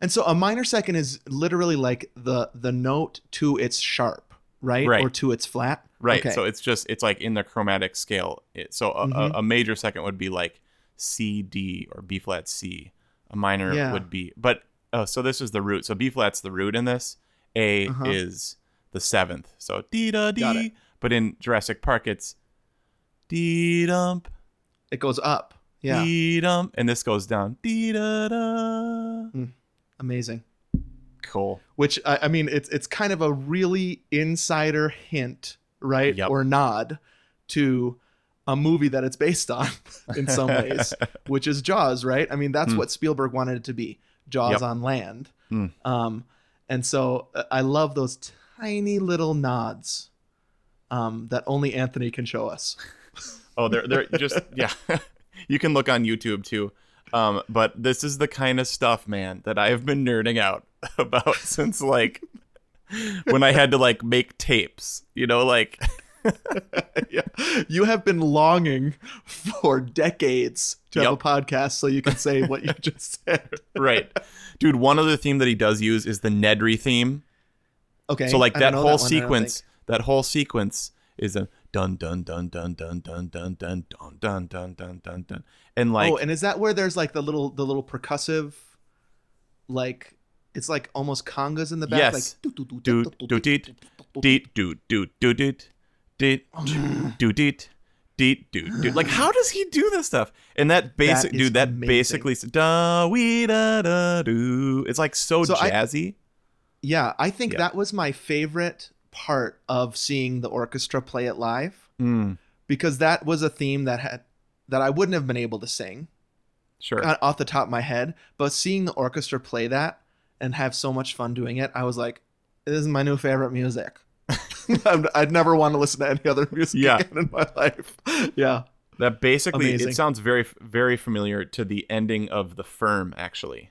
And so a minor second is literally like the the note to its sharp, right? Right. Or to its flat. Right. Okay. So it's just it's like in the chromatic scale. It, so a, Mm-hmm. a, a major second would be like C D or B flat C. A minor Yeah. would be but oh so this is the root. So B flat's the root in this. A Uh-huh. is the seventh. So D da Got D. it. But in Jurassic Park it's D dump it goes up. Yeah. dee dum and this goes down dee da da. Amazing. Cool. Which I, I mean, it's it's kind of a really insider hint, right? Yep. Or nod to a movie that it's based on in some ways, which is Jaws, right? I mean, that's what Spielberg wanted it to be. Jaws Hmm. Yep. Hmm. on land. Um, and so uh, I love those tiny little nods um, that only Anthony can show us. Oh, they're they're just yeah. you can look on YouTube too. Um, but this is the kind of stuff, man, that I have been nerding out about since like when I had to like make tapes. You know, like yeah. You have been longing for decades to have a Yep. podcast so you can say what you just said. right, dude. One other theme that he does use is the Nedry theme. Okay. So like I don't that know whole one, I don't sequence, that whole sequence is a dun dun dun dun dun dun dun dun dun dun dun dun dun dun, and think. like oh, and is that where there's like the little the little percussive like it's like almost congas in the back Yes. like doo, doo, doo, doot doot deet deet doot doot doot deet deet doot deet deet doot doot. Like how does he do this stuff? And that basic is dude, that amazing. basically s- da we da da do. It's like so, So I- jazzy. Yeah, I think Yeah. that was my favorite part of seeing the orchestra play it live Mm, because that was a theme that had that I wouldn't have been able to sing. sure. uh, off the top of my head, but seeing the orchestra play that and have so much fun doing it, I was like, this is my new favorite music. I'd I'd never want to listen to any other music Yeah. again in my life. Yeah. that basically amazing. it sounds very f- very familiar to the ending of the firm actually.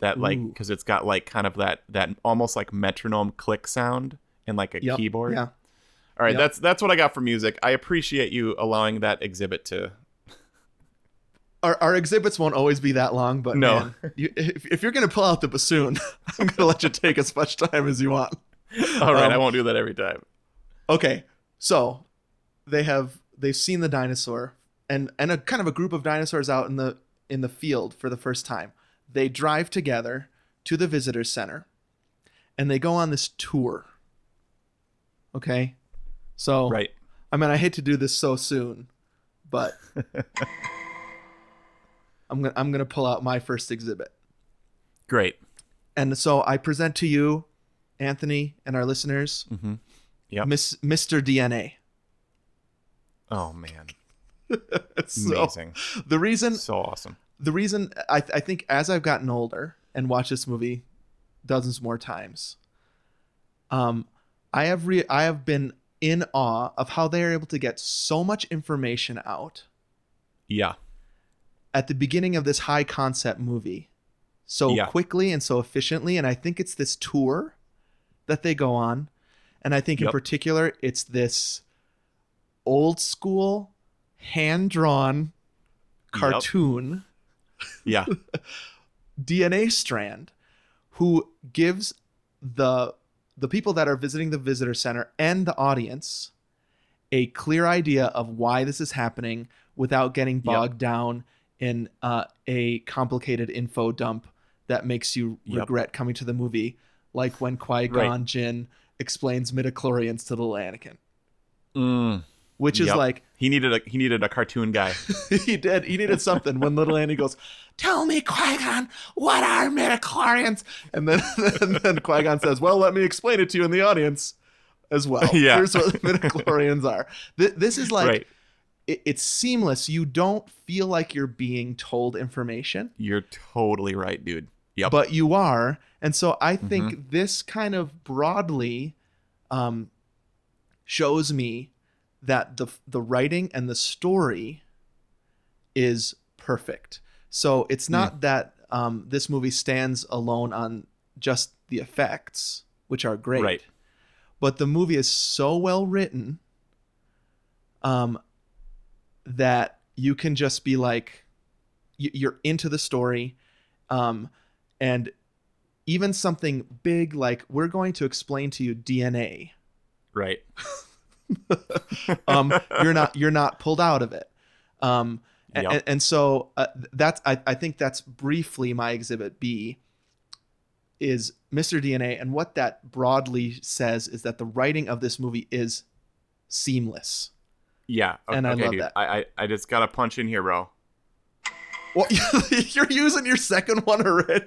That like Ooh. because it's got like kind of that that almost like metronome click sound and like a Yep. keyboard. Yeah. All right, Yep. that's that's what I got for music. I appreciate you allowing that exhibit to Our, our exhibits won't always be that long, but No. man, you, if, if you're going to pull out the bassoon, I'm going to let you take as much time as you want. All right, Um, I won't do that every time. Okay. So they have, they've seen the dinosaur and, and a kind of a group of dinosaurs out in the, in the field for the first time. They drive together to the visitor center and they go on this tour. Okay. So, Right. I mean, I hate to do this so soon, but I'm going to, I'm going to pull out my first exhibit. Great. And so I present to you, Anthony, and our listeners, Mm-hmm. Yep. Miss, Mr. DNA. Oh man. So Amazing. the reason So awesome. the reason I, I think as I've gotten older and watch this movie dozens more times. Um, I have re- I have been in awe of how they are able to get so much information out Yeah. at the beginning of this high concept movie so Yeah. quickly and so efficiently and i think it's this tour that they go on and i think in Yep. particular it's this old school hand drawn cartoon Yeah. dna strand who gives the the people that are visiting the visitor center and the audience a clear idea of why this is happening without getting bogged down in uh, a complicated info dump that makes you Yep. regret coming to the movie, like when Qui Gon Right. Jinn explains midichlorians to little Anakin, Mm, which is yep. like he needed a he needed a cartoon guy. he did. He needed something when little Andy goes, Tell me, Qui Gon, what are midichlorians? And then, and then Qui Gon says, Well, let me explain it to you in the audience as well. Yeah. Here's what midichlorians are. Th- this is like, right. it- it's seamless. You don't feel like you're being told information, You're totally right, dude. Yep. but you are. And so I think Mm-hmm. this kind of broadly um, shows me that the the writing and the story is perfect. So it's not that um, this movie stands alone on just the effects, which are great, Right. but the movie is so well written um, that you can just be like, y- you're into the story, um, and even something big like we're going to explain to you DNA Right. um, you're not you're not pulled out of it. Um, a- Yep. and, and so uh, that's I, I think that's briefly my exhibit B is Mr. DNA, and what that broadly says is that the writing of this movie is seamless. Yeah. o- And I love dude. that. I, I I just got to punch in here, bro. Well, you're using your second one already.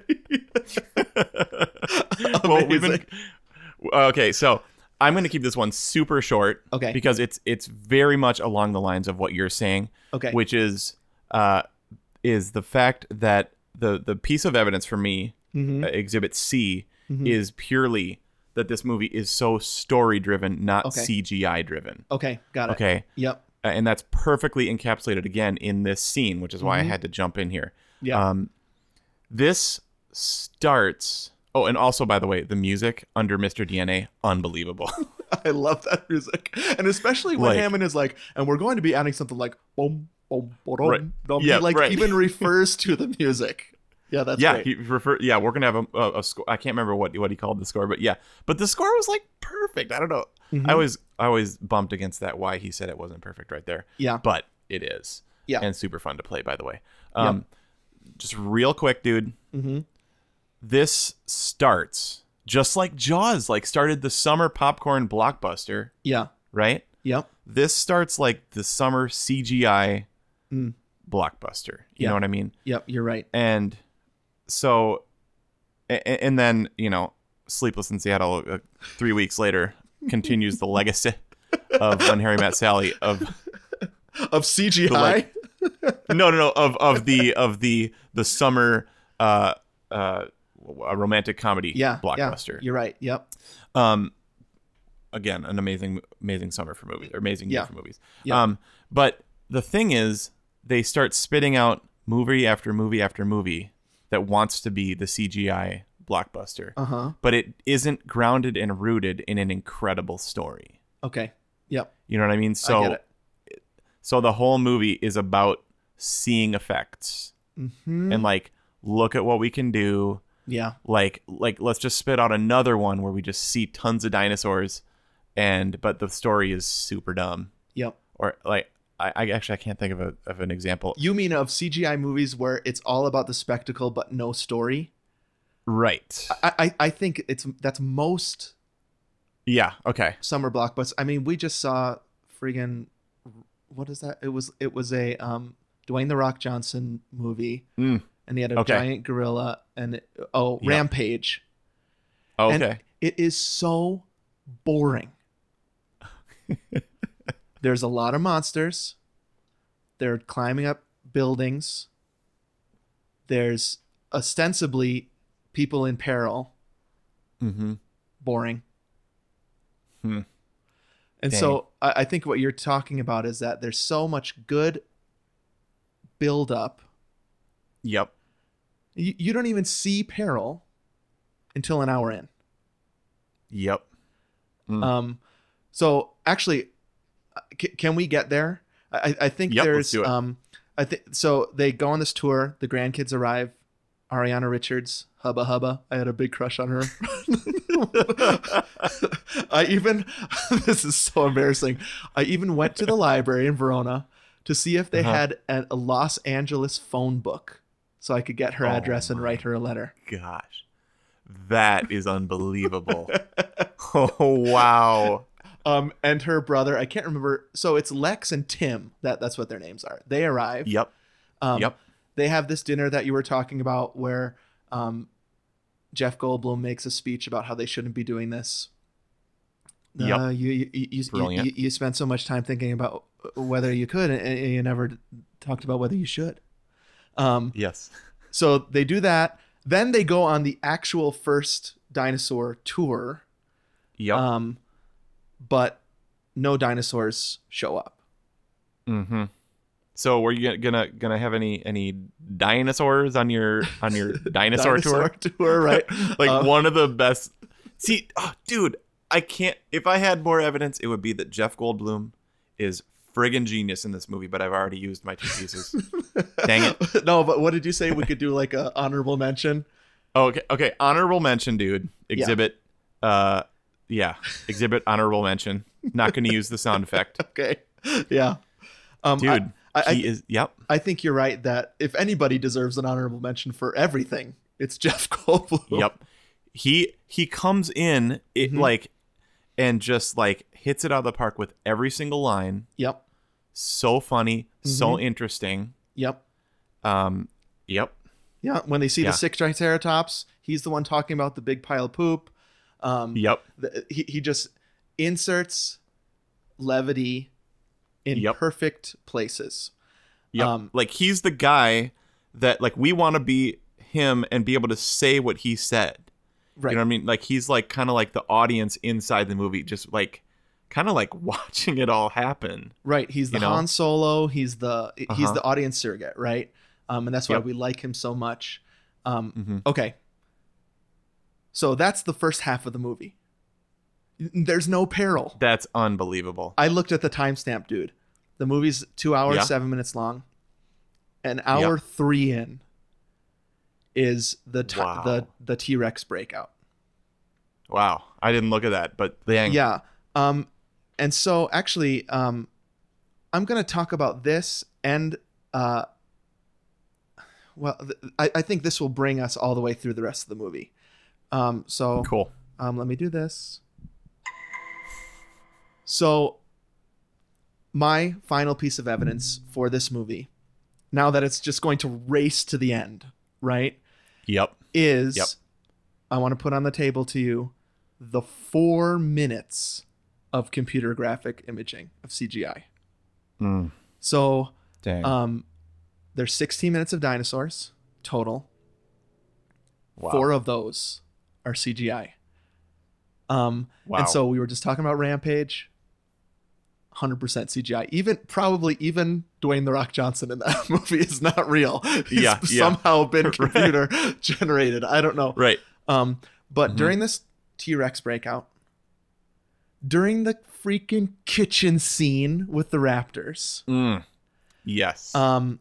well, we've Amazing. been, okay, so I'm going to keep this one super short. Okay. Because it's it's very much along the lines of what you're saying. Okay. Which is uh, is the fact that the the piece of evidence for me, Mm-hmm. uh, Exhibit C, is purely that this movie is so story driven, not Okay. CGI driven. Okay, got it. Okay. Yep. Uh, and that's perfectly encapsulated again in this scene, which is why I had to jump in here. Mm-hmm. Yeah. Um, this starts. Oh, and also, by the way, the music under Mr. DNA, unbelievable. I love that music, and especially when Like- Hammond is like, "And we're going to be adding something like boom, boom, boom, Right. boom." Yeah, he like right. even refers to the music. Yeah, that's yeah, great. he refer. Yeah, we're gonna have a, a, a score. I can't remember what what he called the score, but yeah, but the score was like perfect. I don't know. Mm-hmm. I always I always bumped against that. Why he said it wasn't perfect right there. Yeah. but it is. Yeah. and super fun to play. By the way, um, just real quick, dude. Mhm. This starts just like Jaws, like started the summer popcorn blockbuster, yeah, right? yep, this starts like the summer CGI Mm. blockbuster. You Yeah. know what I mean? yep. You're right. And so, a- a- and then you know, Sleepless in Seattle, uh, three weeks later, continues the legacy of When Harry Met Sally of Of CGI, like- no, no, no of of the of the the summer uh uh a romantic comedy yeah, blockbuster. Yeah, you're right. Yep, um again an amazing amazing summer for movies or amazing year Yeah. for movies Yeah. um but the thing is they start spitting out movie after movie after movie that wants to be the cgi blockbuster uh huh. but it isn't grounded and rooted in an incredible story Okay, yep. you know what i mean so I get it. so the whole movie is about seeing effects and like look at what we can do Mm-hmm. Yeah, like like let's just spit out another one where we just see tons of dinosaurs and but the story is super dumb yep. or like i, I actually i can't think of a of an example You mean of CGI movies where it's all about the spectacle but no story? right I I, I think it's that's most yeah okay summer blockbusters. I mean, we just saw friggin' what is that? It was it was a um Dwayne the Rock Johnson movie, Mm. and he had a Okay. giant gorilla and oh Yeah. Rampage. And okay it is so boring. There's a lot of monsters. They're climbing up buildings. There's ostensibly people in peril. Mm-hmm. Boring. And so I, I think what you're talking about is that there's so much good buildup. Yep. You, you don't even see peril until an hour in. Yep. Mm. Um, so actually, uh, c- can we get there? I, I- I think Yep, let's there's do it. um, I think so. They go on this tour. The grandkids arrive. Ariana Richards, hubba hubba. I had a big crush on her. I even this is so embarrassing. I even went to the library in Verona to see if they Uh-huh. had a, a Los Angeles phone book, so I could get Oh her address and write her a letter. Gosh. That is unbelievable. oh wow. Um, and her brother, I can't remember. So it's Lex and Tim. That that's what their names are. They arrive. Yep. Um, Yep. They have this dinner that you were talking about where um, Jeff Goldblum makes a speech about how they shouldn't be doing this. Yep. Uh, you, you, you, you- Brilliant. you, you spent so much time thinking about whether you could, and, and you never talked about whether you should. Yes. So they do that. Then they go on the actual first dinosaur tour, Yep. um, but no dinosaurs show up. mm-hmm. So were you gonna gonna have any any dinosaurs on your on your dinosaur, tour? tour, right? like Um, one of the best. See, oh, dude, I can't. If I had more evidence, it would be that Jeff Goldblum is friggin' genius in this movie. But I've already used my two pieces. Dang it. no, but what did you say? We could do like a honorable mention. Oh, okay, okay. Honorable mention, dude. Exhibit. Uh, yeah. Exhibit honorable mention. Not going to use the sound effect, Okay, yeah, um, I- dude. I, I, he is. Yep. I think you're right that if anybody deserves an honorable mention for everything, it's Jeff Goldblum. Yep. He he comes in it Mm-hmm. like, and just like hits it out of the park with every single line. yep, So funny. So Mm-hmm. interesting. yep, Um. Yep. yeah. When they see Yeah. the sick Triceratops, he's the one talking about the big pile of poop. Um, Yep. the- he he just inserts levity in Yep. perfect places. Yep. Um, like he's the guy that like we want to be him and be able to say what he said. Right. You know what I mean? Like he's like kind of like the audience inside the movie, just like kind of like watching it all happen. Right. He's the You know? Han Solo. He's the he's Uh-huh. the audience surrogate, right? Um, and that's why Yep. Mm-hmm. we like him so much. Um, Okay. So that's the first half of the movie. N- There's no peril. That's unbelievable. I looked at the timestamp, dude. The movie's two hours Yeah. seven minutes long. An hour three in is the ti- Wow. the the T Rex breakout. Wow. I didn't look at that, but dang. Yeah. Um, and so actually, um, I'm going to talk about this and, uh, well, th- I, I think this will bring us all the way through the rest of the movie. Um, so Cool. um, let me do this. So, my final piece of evidence for this movie, now that it's just going to race to the end, right? Yep. is Yep. I want to put on the table to you the four minutes of computer graphic imaging of CGI. So Mm. Dang. um, there's 16 minutes of dinosaurs total. Wow. Four of those are CGI. Um, Wow. And so we were just talking about Rampage. 100% CGI. Even probably even Dwayne the Rock Johnson in that movie is not real. He's Yeah, yeah. somehow been computer generated. I don't know. right. Um, but during this T Rex breakout, during the freaking kitchen scene with the Raptors, Mm. Yes. um,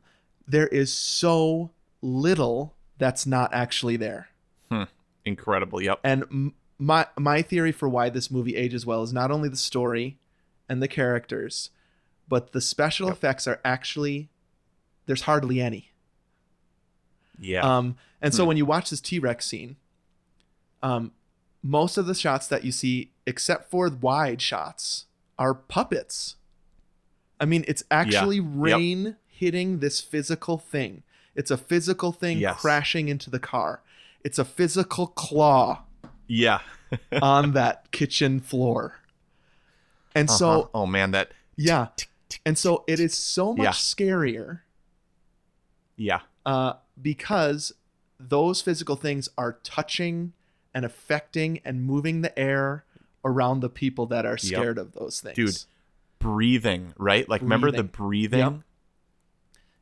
there is so little that's not actually there. Incredible. Yep. And m- my my theory for why this movie ages well is not only the story and the characters, but the special effects are actually there's hardly any. Yeah. Hmm. Um, and so when you watch this T Rex scene, um, most of the shots that you see, except for wide shots, are puppets. I mean, it's actually Yep. rain hitting this physical thing. It's a physical thing Yes. crashing into the car. It's a physical claw yeah. on that kitchen floor. And Uh-huh. so, oh man, that. yeah. And so it is so much Yeah. scarier Yeah. uh, because those physical things are touching and affecting and moving the air around the people that are scared of those things. Dude. breathing, right? Like remember the breathing?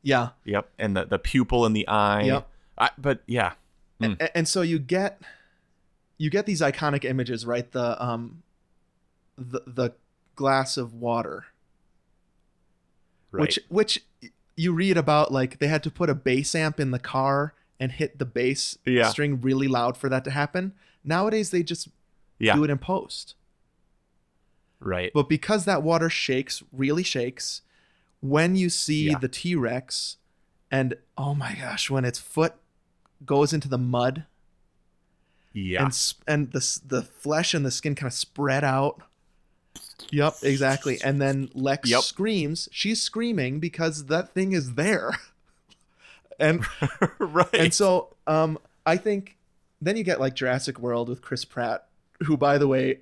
Yep. Yeah. Yep. And the, the pupil in the eye. Yep. I, but yeah. Mm. A- and so you get you get these iconic images right the um the the glass of water Right. which which you read about like they had to put a bass amp in the car and hit the bass Yeah. string really loud for that to happen nowadays they just yeah. do it in post right. but because that water shakes really shakes when you see Yeah. the t-rex and oh my gosh when its foot goes into the mud yeah. and s- and the s- the flesh and the skin kind of spread out. Yep, exactly. And then Lex Yep. screams. She's screaming because that thing is there. and right. and so um I think then you get like Jurassic World with Chris Pratt, who by the way,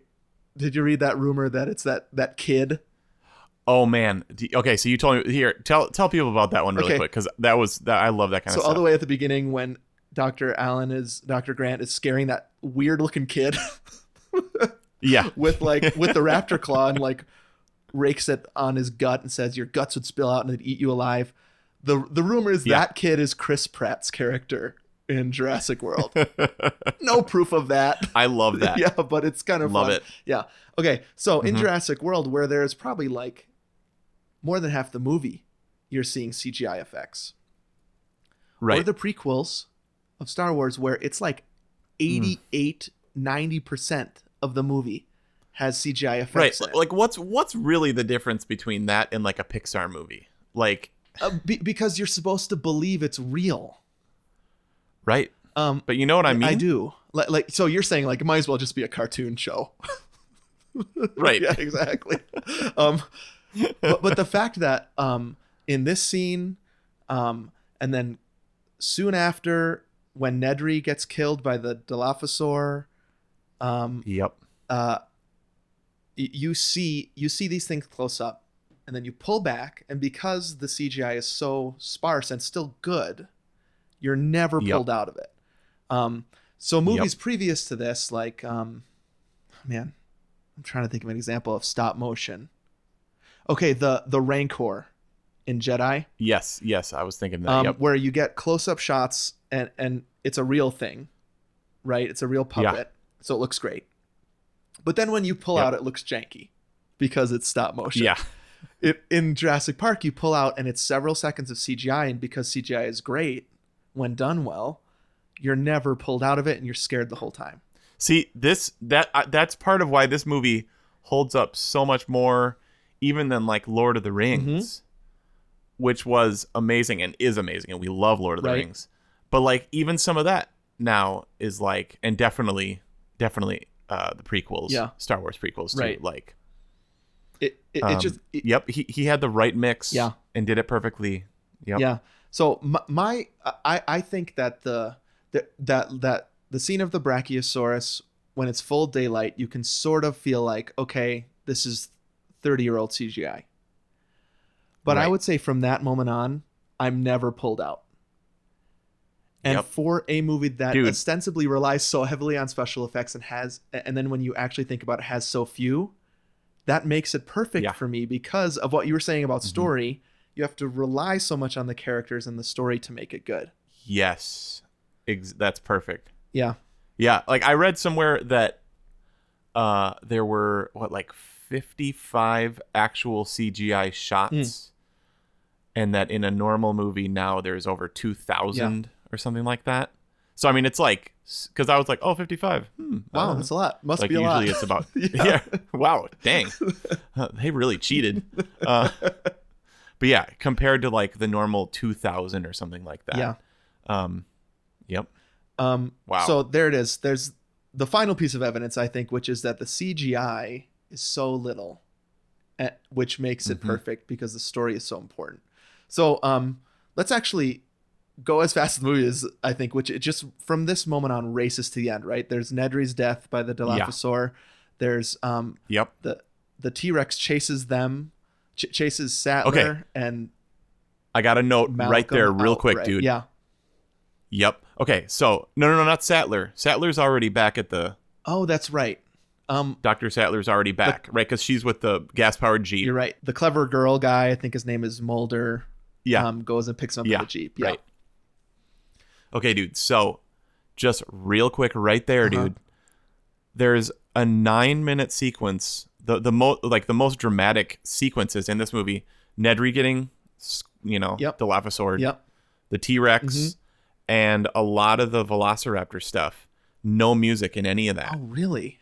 did you read that rumor that it's that that kid? oh man. D- Okay. So you told me here. Tell tell people about that one really Okay. quick because that was that I love that kind So of all stuff. the way at the beginning when Dr. Allen is Dr. Grant is scaring that weird looking kid. yeah. with like with the raptor claw and like rakes it on his gut and says your guts would spill out and it'd eat you alive. The the rumor is Yeah. that kid is Chris Pratt's character in Jurassic World. no proof of that. I love that. yeah, but it's kind of Love fun. it. Mm-hmm. Yeah. Okay, so in Jurassic World, where there's probably like more than half the movie, you're seeing CGI effects Right. Hmm. or the prequels of Star Wars where it's like 88 90% of the movie has CGI right. effects. in it. Like what's what's really the difference between that and like a Pixar movie? Like Uh, be- because you're supposed to believe it's real. right. Um But you know what I mean? I do. Like, like so you're saying like it might as well just be a cartoon show. Right. yeah, exactly. um, but, but the fact that um, in this scene, um, and then soon after when Nedry gets killed by the Dilophosaur, um, Yep. uh, y- you see you see these things close up, and then you pull back, and because the CGI is so sparse and still good, you're never Yep. pulled out of it. Um, so movies previous to this, like, um, man, I'm trying to think of an example of stop motion. Okay, the the Rancor in Jedi, Yes. Yes. I was thinking that. um, yep. where you get close up shots, and and it's a real thing, right? It's a real Yeah. puppet, so it looks great. But then when you pull Yep. out, it looks janky because it's stop motion. Yeah. It, in Jurassic Park, you pull out and it's several seconds of CGI, and because CGI is great when done well, you're never pulled out of it, and you're scared the whole time. See this that uh, that's part of why this movie holds up so much more, even than like Lord of the Mm-hmm. Rings, which was amazing and is amazing, and we love Lord of the Right. Rings. But like even some of that now is like, and definitely, definitely uh, the prequels, Yeah. Star Wars prequels too. Right. Like, It it, um, it just it, yep, he he had the right mix, Yeah. and did it perfectly. Yep. Yeah. So my, my I I think that the that that that the scene of the Brachiosaurus when it's full daylight, you can sort of feel like okay, this is 30 year old CGI. But I Right. would say from that moment on, I'm never pulled out. And Yep. for a movie that Dude. ostensibly relies so heavily on special effects and has, and then when you actually think about it, has so few, that makes it perfect Yeah. Mm-hmm. for me because of what you were saying about story. You have to rely so much on the characters and the story to make it good. Yes, Ex- that's perfect. Yeah. Yeah, like I read somewhere that uh there were what like 55 actual CGI shots Hmm. and that in a normal movie now there's over 2000 or something like that. So I mean it's like cuz I was like oh 55. Hmm, I Wow, don't that's know. a lot. Must like be a usually lot. it's about Yeah. yeah. Wow, dang. Uh, they really cheated. Uh, but yeah, compared to like the normal 2000 or something like that. Yeah. Um yep. Um, Wow. So there it is. There's the final piece of evidence, I think, which is that the CGI is so little, eh, which makes Mm-hmm. it perfect because the story is so important. So um, let's actually go as fast as the movie is, I think, which it just from this moment on races to the end, right? There's Nedry's death by the Dilophosaur. There's um, Yep. the the T Rex chases them, ch- chases Sattler Okay. and I got a note Malcolm right there real out, quick, right? dude. Yeah. Yep. Okay, so no, no, no, not Sattler. Sattler's already back at the Oh, that's right. Um, Doctor Sattler's already back, right? Because she's with the gas-powered jeep. you're right. The clever girl guy, I think his name is Mulder. Yeah. Um, goes and picks up yeah, the jeep. Yeah. Right. Okay, dude. So, just real quick, right there, Uh-huh. dude. There's a nine-minute sequence. The the most like the most dramatic sequences in this movie. Nedry getting, s- you know, Yep. the lava sword. Yep. Mm-hmm. the T Rex, and a lot of the Velociraptor stuff. No music in any of that. Oh, really?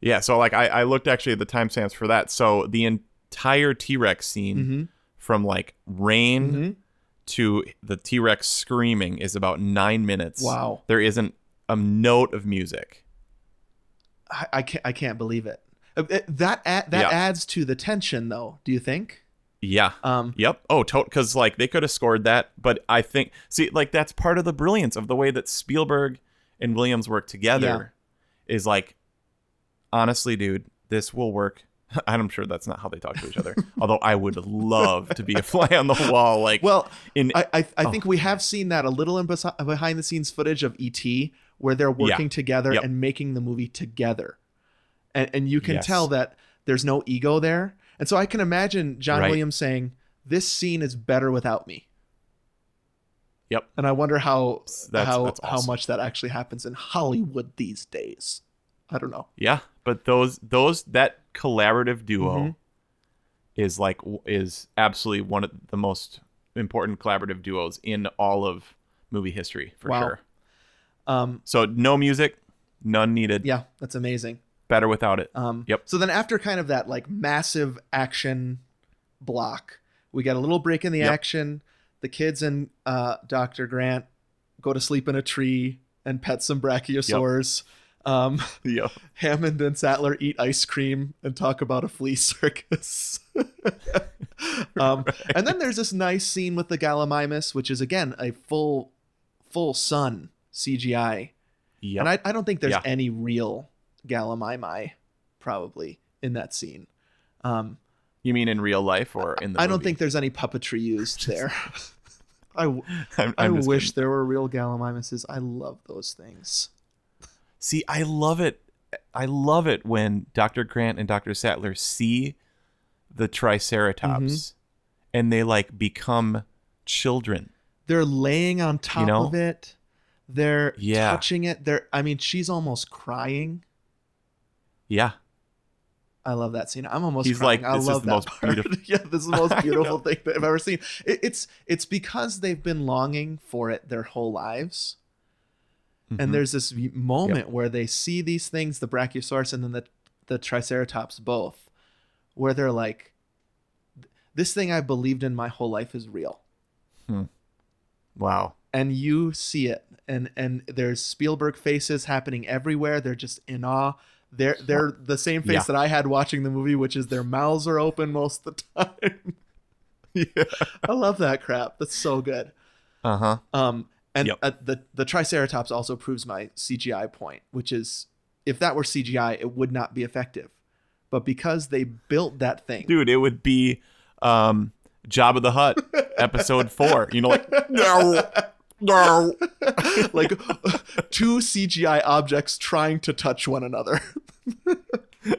Yeah, so like I, I looked actually at the timestamps for that. So the entire T Rex scene Mm-hmm. from like rain to the T Rex screaming is about nine minutes. Wow. There isn't a note of music. I, I can't. I can't believe it. Uh, it- That ad, that Yeah. adds to the tension, though. Do you think? Yeah. Um, Yep. Oh, because like they could have scored that, but I think see like that's part of the brilliance of the way that Spielberg and Williams work together. Is like, honestly, dude, this will work. I'm sure that's not how they talk to each other. Although I would love to be a fly on the wall. Like, Well, in I I, I Oh. think we have seen that a little in besi- behind the scenes footage of ET, where they're working together Yep. and making the movie together, and and you can Yes. tell that there's no ego there, and so I can imagine John Right. Williams saying, "This scene is better without me." Yep. And I wonder how That's- how that's how awesome. much that actually happens in Hollywood these days. I don't know. yeah, but those those that collaborative duo Mm-hmm. is like w- is absolutely one of the most important collaborative duos in all of movie history for Wow. sure. Um, So no music, none needed. yeah, that's amazing. Better without it. Um, Yep. So then, after kind of that like massive action block, we got a little break in the Yep. action. The kids and uh, Doctor Grant go to sleep in a tree and pet some brachiosaurs. Um, yeah. Hammond and Sattler eat ice cream and talk about a flea circus. um, And then there's this nice scene with the Gallimimus, which is again a full, full sun CGI Yep. and I, I don't think there's Yeah. any real Gallimimus probably in that scene. Um, you mean in real life or in the? I don't movie? think there's any puppetry used there. I, w- I'm, I I'm just wish kidding. there were real Gallimimuses. I love those things. See, I love it. I love it when Dr. Grant and Dr. Sattler see the Triceratops, Mm-hmm. and they like become children. They're laying on top know? of it. They're Yeah. touching it. They're I mean, she's almost crying. Yeah. I love that scene. I'm almost He's crying. like, I "This is love the that most part." beautiful- yeah, this is the I most beautiful know. thing that I've ever seen. It, it's it's because they've been longing for it their whole lives. Mhm. and there's this y- moment where they see these things the brachiosaurus and then the the triceratops both where they're like this thing i believed in my whole life is real wow. and you see it and and there's spielberg faces happening everywhere they're just in awe they're they're the same face Yeah. that i had watching the movie which is their mouths are open most of the time Yeah. i love that crap that's so good Uh huh. Um, and Yep. uh, the the Triceratops also proves my CGI point, which is if that were CGI, it would not be effective. But because they built that thing, dude, it would be um Job of the Hut, episode four. You know, like no, no. like two CGI objects trying to touch one another.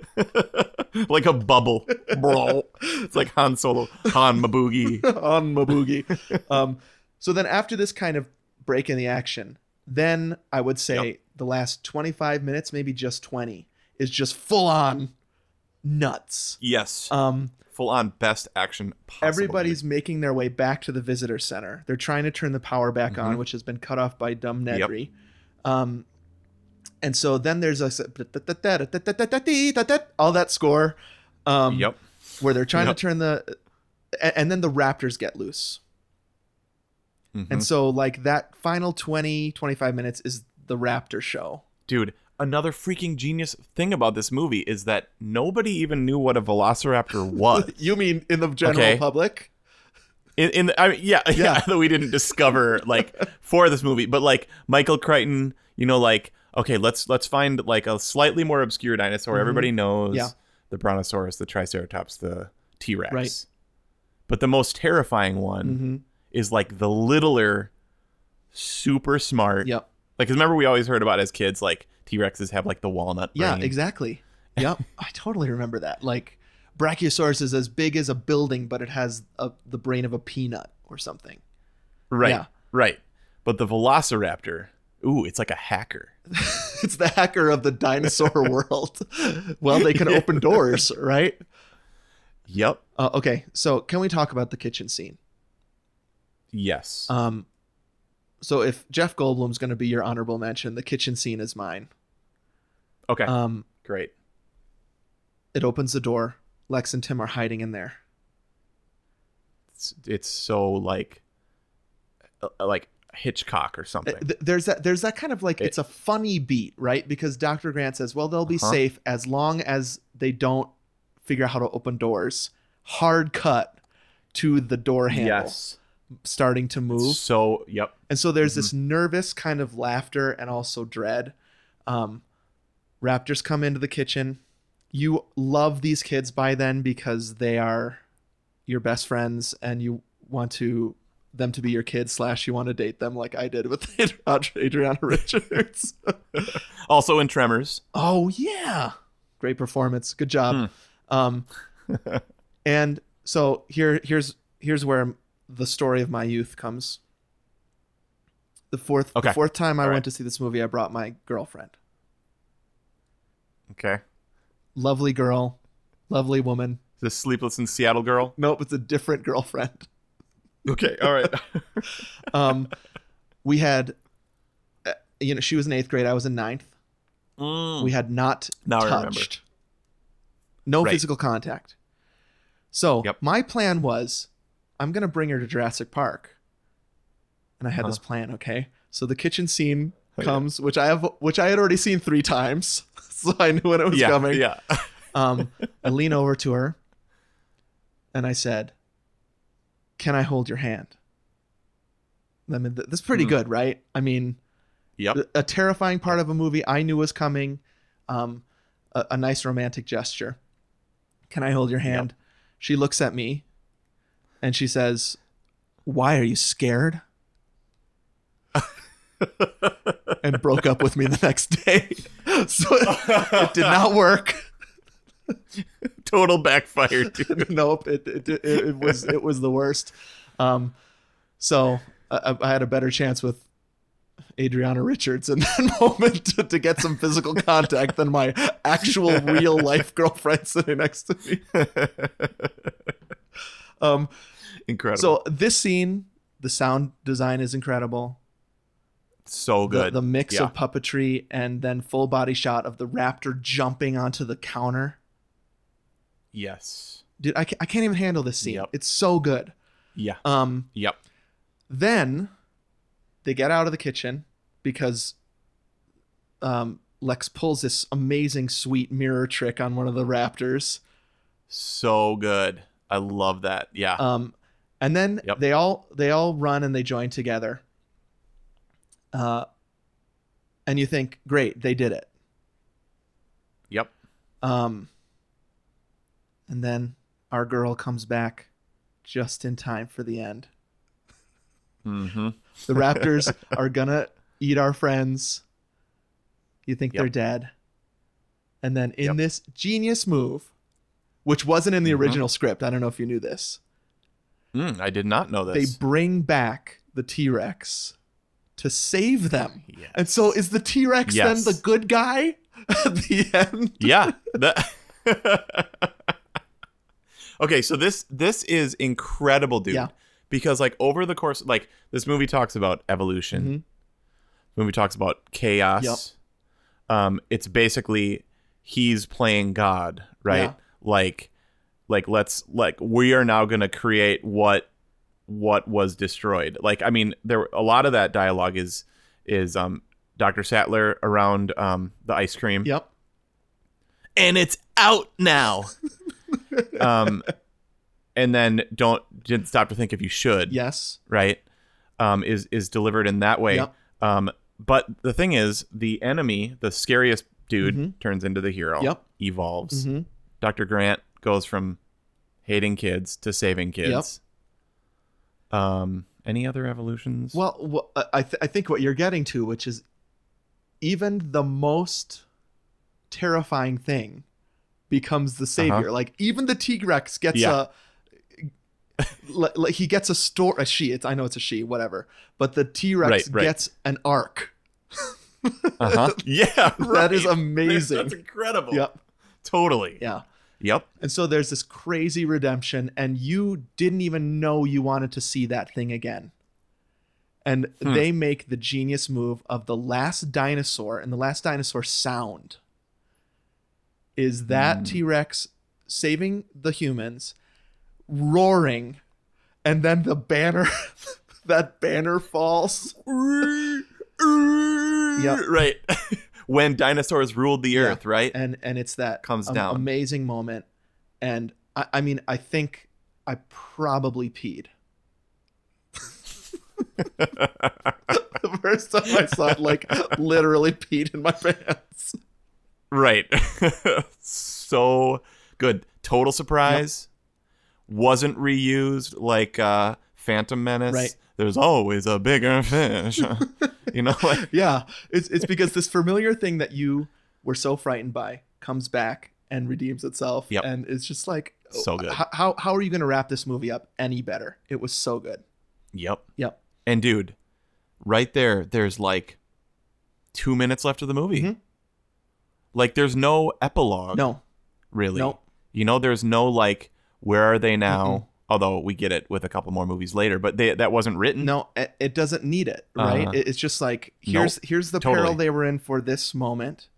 like a bubble, bro. It's like Han Solo, Han Mabugi. on Mabugi. um, so then after this kind of break in the action, then I would say the last 25 minutes, maybe just 20, is just full on nuts. Yes, Um, full on best action. Possible, everybody's making their way back to the visitor center. They're trying to turn the power back on, which has been cut off by dumb Mm-hmm. Yep. Nedry. Um, and so then there's a s- all that score. Um, dude. Yep. Where they're trying Yep. to turn the, a- and then the Raptors get loose. Mhm. And so like that final 20, 25 minutes is the Raptor show. Dude, another freaking genius thing about this movie is that nobody even knew what a velociraptor was. You mean in the general Uh, Okay. public? in, in the, I mean, yeah, yeah, Yeah. that we didn't discover like for this movie, but like Michael Crichton, you know, like okay, let's let's find like a slightly more obscure dinosaur everybody knows. Mm-hmm. Yeah. The Brontosaurus, the Triceratops, the T Rex. Right. Mm-hmm. But the most terrifying one is like the littler super smart. Yep. Like, 'cause remember we always heard about as kids, like T Rexes have like the walnut. Yeah, brain. exactly. Yep. I totally remember that. Like Brachiosaurus is as big as a building, but it has a, the brain of a peanut or something. Right. yeah. Right. But the Velociraptor, ooh, it's like a hacker. It's the hacker of the dinosaur world. well, they can open doors, right? Yep. Uh, okay, so can we talk about the kitchen scene? Yes. Um, so if Jeff Goldblum's going to be your honorable mention, the kitchen scene is mine. okay. Um, Great. it opens the door. Lex and Tim are hiding in there. It's, it's so like, uh, like Hitchcock Uh, or something. Th- There's that. There's that kind of like it's a funny beat, right? Because Doctor Grant says, "Well, they'll be Uh-huh. safe as long as they don't figure out how to open doors." Hard cut to the door handle yes. starting to move. So yep. And so there's this nervous kind of laughter and also dread. Um, raptors come into the kitchen. You love these kids by then because they are your best friends and you want to them to be your kids slash you want to date them like I did with Adriana Richards. Also in Tremors. Oh yeah, great performance. Good job. Hmm. Um, and so here, here's here's where the story of my youth comes. The fourth, the Okay. fourth time I All went right. to see this movie, I brought my girlfriend. Okay. Lovely girl, lovely woman. The Sleepless in Seattle girl. Nope, it's a different girlfriend. Okay. All right. Um, we had, uh, you know, she was in eighth grade. I was in ninth. Mm. We had not Now I remember. touched. No Right. physical contact. So Yep. my plan was, I'm gonna bring her to Jurassic Park. And I had this plan, okay? So the kitchen scene Oh, comes, which I have, which I had already seen three times, so I knew when it was yeah. coming. Yeah. Um, I lean over to her, and I said, "Can I hold your hand?" I mean, th- that's Hmm. pretty good, right? I mean, yep. a terrifying part of a movie I knew was coming. Um, a, a nice romantic gesture. Can I hold your hand? She looks at me and she says, Why are you scared? and broke up with me the next day. so it, it did not work. Total backfire, dude. nope. It, it, it, it was, it was the worst. Um, so I, I had a better chance with Adriana Richards in that moment to, to get some physical contact than my actual real life girlfriend sitting next to me. Um, Incredible. So, so this scene, the sound design is incredible. so The, good. the mix Yeah. of puppetry and then full body shot of the raptor jumping onto the counter. Yes. Dude, I, ca- I can't even handle this scene. Yep. It's so good. Yeah. Um, Yep. then they get out of the kitchen because um, Lex pulls this amazing sweet mirror trick on one of the raptors. So good. I love that. Yeah. Um, and then Yep. they all they all run and they join together. Uh, and you think, great, they did it. yep. Um, and then our girl comes back just in time for the end. Mm-hmm. The raptors are gonna eat our friends. You think they're dead. And then in Yep. Mm-hmm. this genius move, which wasn't in the original script, I don't know if you knew this, Mm, I did not know they this. bring back the T Rex to save them. And so is the T Rex Yes. then the good guy at the end? yeah. that- okay, so this this is incredible, dude. Yeah. Because like over the course, like this movie talks about evolution. Mm-hmm. This movie talks about chaos. Um, it's basically he's playing God, right? Yeah. Like, like let's like we are now gonna create what what was destroyed. Like, I mean, there a lot of that dialogue is is um Dr. Sattler around um the ice cream Yep. and it's out now. um, and then don't didn't stop to think if you should. Yes. Right. Um, is is delivered in that way. Yep. Um, but the thing is, the enemy, the scariest dude, turns into the hero. Mm-hmm. Yep. Evolves. Mhm. Dr. Grant goes from hating kids to saving kids. Um, Any other evolutions? Well, wh- I- I, th- I think what you're getting to, which is even the most terrifying thing becomes the savior. Uh-huh. Like even the T Rex gets Yeah. a. li- Like he gets a store a she it's I know it's a she whatever but the T Rex Right, right. gets an arc uh-huh. yeah, right. is amazing. That's incredible. yep Totally. yeah Yep. and so there's this crazy redemption and you didn't even know you wanted to see that thing again and they make the genius move of the last dinosaur and the last dinosaur sound is that T-Rex saving the humans roaring and then the banner that banner falls Right. when dinosaurs ruled the earth, right? and and it's that Comes down. amazing moment and I, I mean I think I probably peed the first time I saw it, like literally peed in my pants. Right. so good. Total surprise. Wasn't reused like uh Phantom Menace. Right. There's always a bigger fish. you know, like Yeah, it's it's because this familiar thing that you were so frightened by comes back and redeems itself, Yep. and it's just like So good. How how, how are you going to wrap this movie up any better? It was so good. Yep. Yep. And dude, right there, there's like two minutes left of the movie. Mhm. Like there's no epilogue. No, really. No. You know, there's no like, where are they now? Although we get it with a couple more movies later, but they, that wasn't written. no, it, it doesn't need it, right? Mm-hmm. Uh-huh. It- it's just like here's here's the peril Totally. they were in for this moment.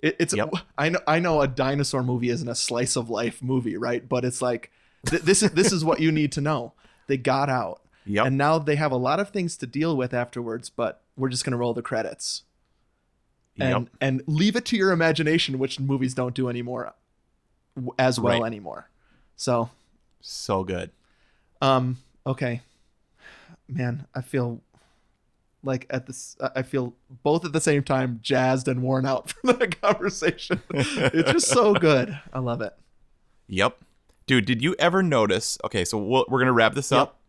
It, it's Yep. I know I know a dinosaur movie isn't a slice of life movie, right? But it's like th- this is this is what you need to know. They got out. Yep. And now they have a lot of things to deal with afterwards, but we're just gonna roll the credits and yep. and leave it to your imagination, which movies don't do anymore, w- as well Right. anymore. So, So good. um, okay, man, I feel like at this, I feel both at the same time jazzed and worn out from that conversation. it's just so good. I love it. Yep. Dude, did you ever notice? Okay, so we'll, we're going to wrap this up.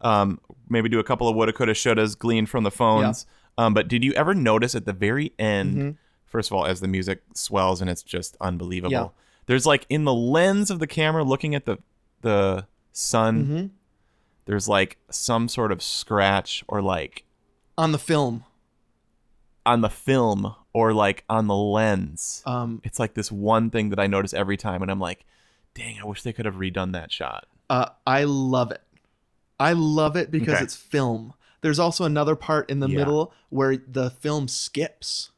Um, maybe do a couple of woulda, coulda, shouldas gleaned from the phones. Um, but did you ever notice at the very end, Mm-hmm. first of all, as the music swells and it's just unbelievable, Yeah. there's like in the lens of the camera looking at the, the sun, Mm-hmm. there's like some sort of scratch or like On the film, on the film or like on the lens. um, it's like this one thing that I notice every time, and I'm like, dang, I wish they could have redone that shot. Uh, I love it. I love it because Okay. it's film. There's also another part in the Yeah. middle where the film skips.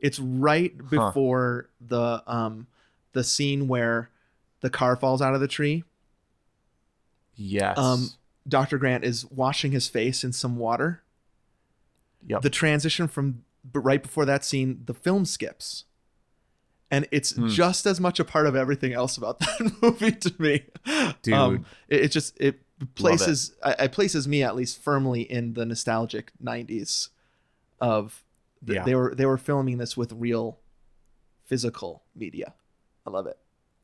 It's right before the um the scene where the car falls out of the tree. Yes. Um, Dr. Grant is washing his face in some water. Yep. The transition from but right before that scene, the film skips. And it's Hmm. just as much a part of everything else about that movie to me. Um, Dude. it, it just it places I, it places me at least firmly in the nostalgic 90s of th- Yeah. they were they were filming this with real physical media. I love it.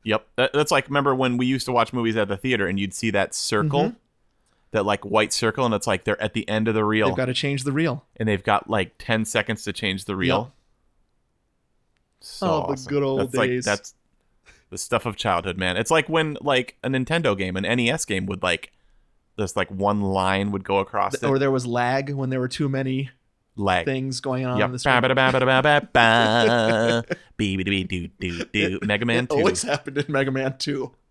yep. That- that's like remember when we used to watch movies at the theater, and you'd see that circle, Mm-hmm. that like white circle, and it's like they're at the end of the reel, They've got to change the reel. and they've got like ten seconds to change the reel. So Oh, the awesome. good old that's days. Like, that's the stuff of childhood, man. It's like when like a Nintendo game, an NES game, would like this like one line would go across Or it. there was lag when there were too many lag. things going on Yep. in the screen. Ba-ba-da-ba-ba-da-ba-ba. Bee-bee-bee-doo-doo-doo. Mega Man It 2. always happened in Mega Man 2.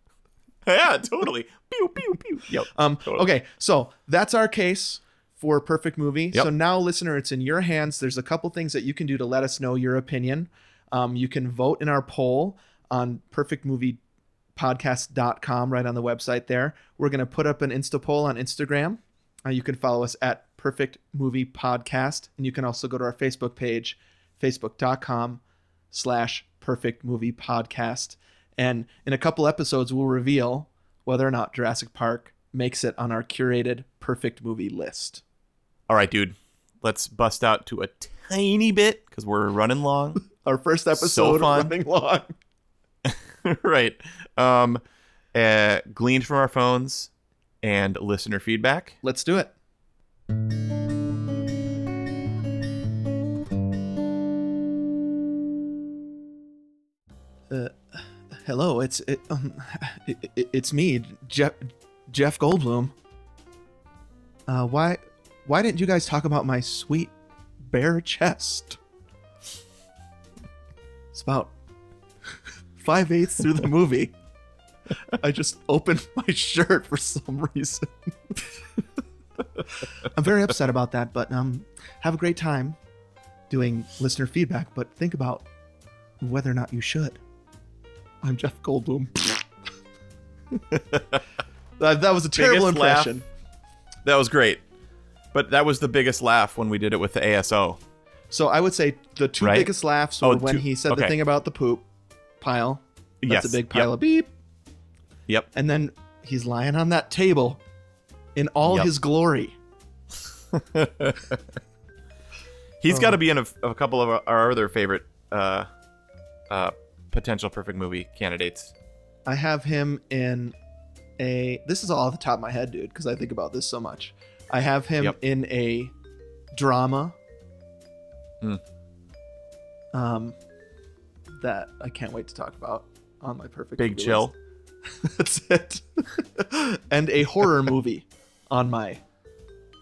Yeah, totally. Pew, pew, pew. Yep. Um, Totally. okay, so that's our case for perfect movie. Yep. So now, listener, it's in your hands. There's a couple things that you can do to let us know your opinion. Um, you can vote in our poll on perfectmoviepodcast.com right on the website there. We're going to put up an Insta poll on Instagram. Uh, you can follow us at Perfect Movie Podcast, and you can also go to our Facebook page, facebook.com slash Perfect Movie Podcast. And in a couple episodes, we'll reveal whether or not Jurassic Park makes it on our curated perfect movie list. All right, dude. Let's bust out to a tiny bit because we're running long. Our first episode of fun. running long. eh, right. Um, uh, gleaned from our phones and listener feedback. Let's do it. Uh, hello, it's it, um, it, it- it's me, Jeff Jeff Goldblum. Uh, why why didn't you guys talk about my sweet bare chest? It's about five eighths through the movie. I just opened my shirt for some reason. I'm very upset about that, but um, have a great time doing listener feedback. But think about whether or not you should. I'm Jeff Goldblum. that, that was a terrible Biggest laugh. impression. That was great. But that was the biggest laugh when we did it with the ASO. So I would say the two Right? biggest laughs were Oh, when two- he said the okay. thing about the poop pile. That's Yes, a big yep. pile of beep. Yep. And then he's lying on that table in all Yep. his glory. Oh. He's got to be in a, a couple of our other favorite uh, uh, potential perfect movie candidates. I have him in a. This is all off the top of my head, dude, because I think about this so much. I have him Yep. in a drama. Mm. Um, that I can't wait to talk about on my perfect Big movie Chill. list. That's it. and a horror movie on my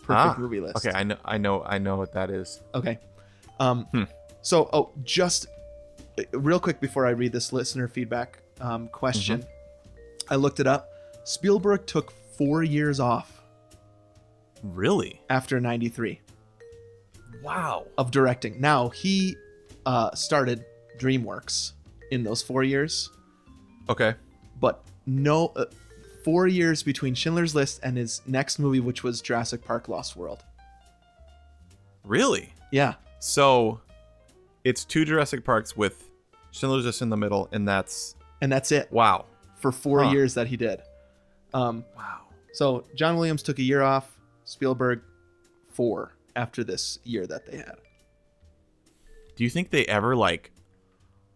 perfect Ah, movie list. Okay, I know, I know, I know what that is. Okay. Um, Hmm. So, oh, just uh, real quick before I read this listener feedback um, question, Mm-hmm. I looked it up. Spielberg took four years off Really? after 93 Wow. of directing. Now, he uh, started DreamWorks in those four years, Okay. but no, uh, four years between Schindler's List and his next movie, which was Jurassic Park Lost World. Really? Yeah. So, it's two Jurassic Parks with Schindler's List in the middle, and that's And that's it. wow. for four Huh. years that he did. Um, wow. So John Williams took a year off. Spielberg, four after this year that they had. Do you think they ever like,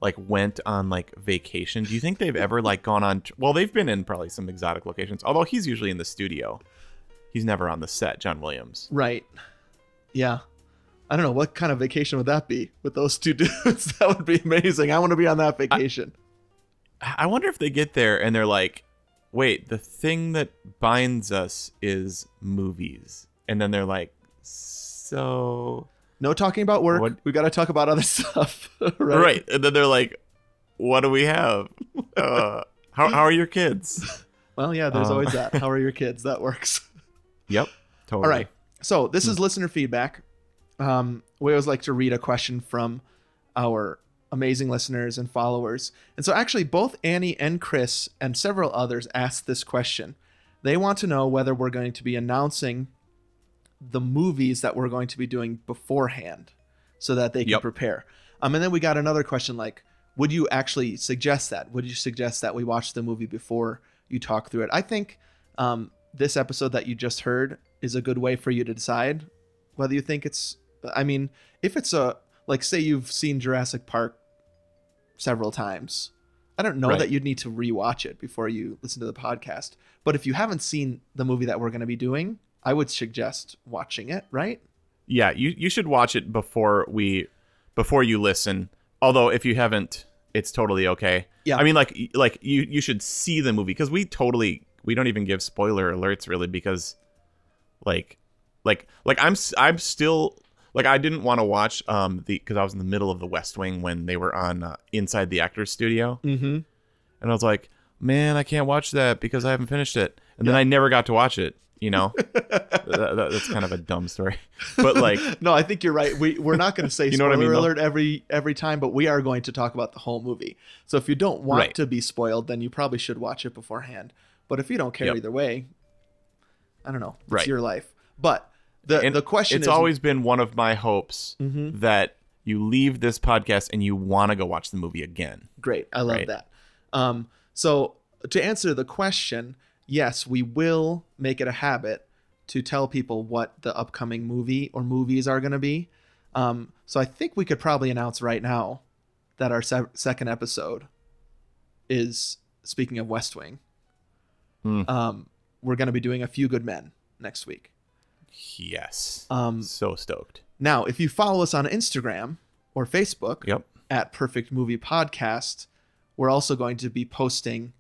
like went on like vacation? Do you think they've ever like gone on? Well, they've been in probably some exotic locations. Although he's usually in the studio, he's never on the set. John Williams. Right. Yeah. I don't know what kind of vacation would that be with those two dudes. that would be amazing. I want to be on that vacation. I wonder if they get there and they're like, wait, the thing that binds us is movies. And then they're like, so. no talking about work. What- We got to talk about other stuff. right. Right. And then they're like, what do we have? Uh, how, how are your kids? Well, yeah. There's Um. always that. How are your kids? That works. Yep. Totally. All right. So this is listener feedback. Um, we always like to read a question from our amazing listeners and followers. And so actually, both Annie and Chris and several others asked this question. They want to know whether we're going to be announcing the movies that we're going to be doing beforehand so that they can Yep. prepare. Um, and then we got another question like, would you actually suggest that? Would you suggest that we watch the movie before you talk through it? I think um, this episode that you just heard is a good way for you to decide whether you think it's. I mean, if it's a like, say you've seen Jurassic Park several times, I don't know Right. that you'd need to rewatch it before you listen to the podcast. But if you haven't seen the movie that we're going to be doing, I would suggest watching it. Right? Yeah. You, you should watch it before we, before you listen. Although if you haven't, it's totally okay. Yeah. I mean, like, y- like you, you should see the movie because we totally, we don't even give spoiler alerts really because like like like i'm s- i'm still like i didn't want to watch um the because i was in the middle of the west wing when they were on uh, inside the actors studio Mm-hmm. and i was like man i can't watch that because i haven't finished it and then i never got to watch it you know That- that- that's kind of a dumb story but like No, I think you're right. We we're not going to say You know spoiler what I mean, though? alert every every time, but we are going to talk about the whole movie. So if you don't want Right. to be spoiled, then you probably should watch it beforehand. But if you don't care Yep. either way, I don't know. It's Right. your life. But the and the question it's is Mm-hmm. always been one of my hopes that you leave this podcast and you want to go watch the movie again great. I love Right. that. Um, so to answer the question, yes, we will make it a habit to tell people what the upcoming movie or movies are going to be. Um, so I think we could probably announce right now that our se- second Hmm. episode is speaking of West Wing. Um, we're going to be doing a few good men next week. Yes. Um, so stoked. Now, if you follow us on Instagram or Facebook Yep. at Perfect Movie Podcast, we're also going to be posting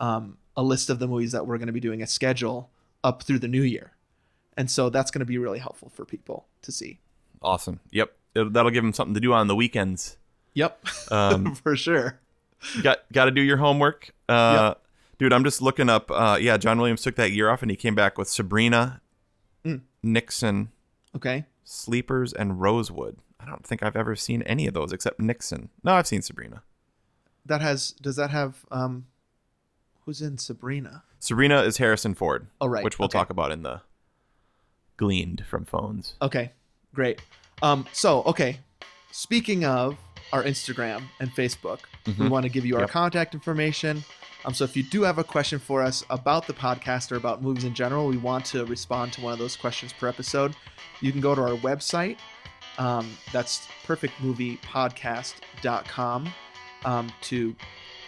um, a list of the movies that we're going to be doing a schedule up through the new year. And so that's going to be really helpful for people to see. Awesome. Yep. It'll- that'll give them something to do on the weekends. Yep, Um, for sure. got got to do your homework. Uh, Dude, I'm just looking up. Uh, yeah, John Williams took that year off and he came back with Sabrina, Mm. Nixon, Okay. Sleepers, and Rosewood. I don't think I've ever seen any of those except Nixon. No, I've seen Sabrina. That has, does that have, um, who's in Sabrina? Sabrina is Harrison Ford. Oh, right. Which we'll Okay. talk about in the gleaned from phones. Okay, great. Um, so okay, speaking of our Instagram and Facebook, we want to give you our Yep. contact information. Um, so if you do have a question for us about the podcast or about movies in general, we want to respond to one of those questions per episode. You can go to our website. Um, that's perfectmoviepodcast.com um, to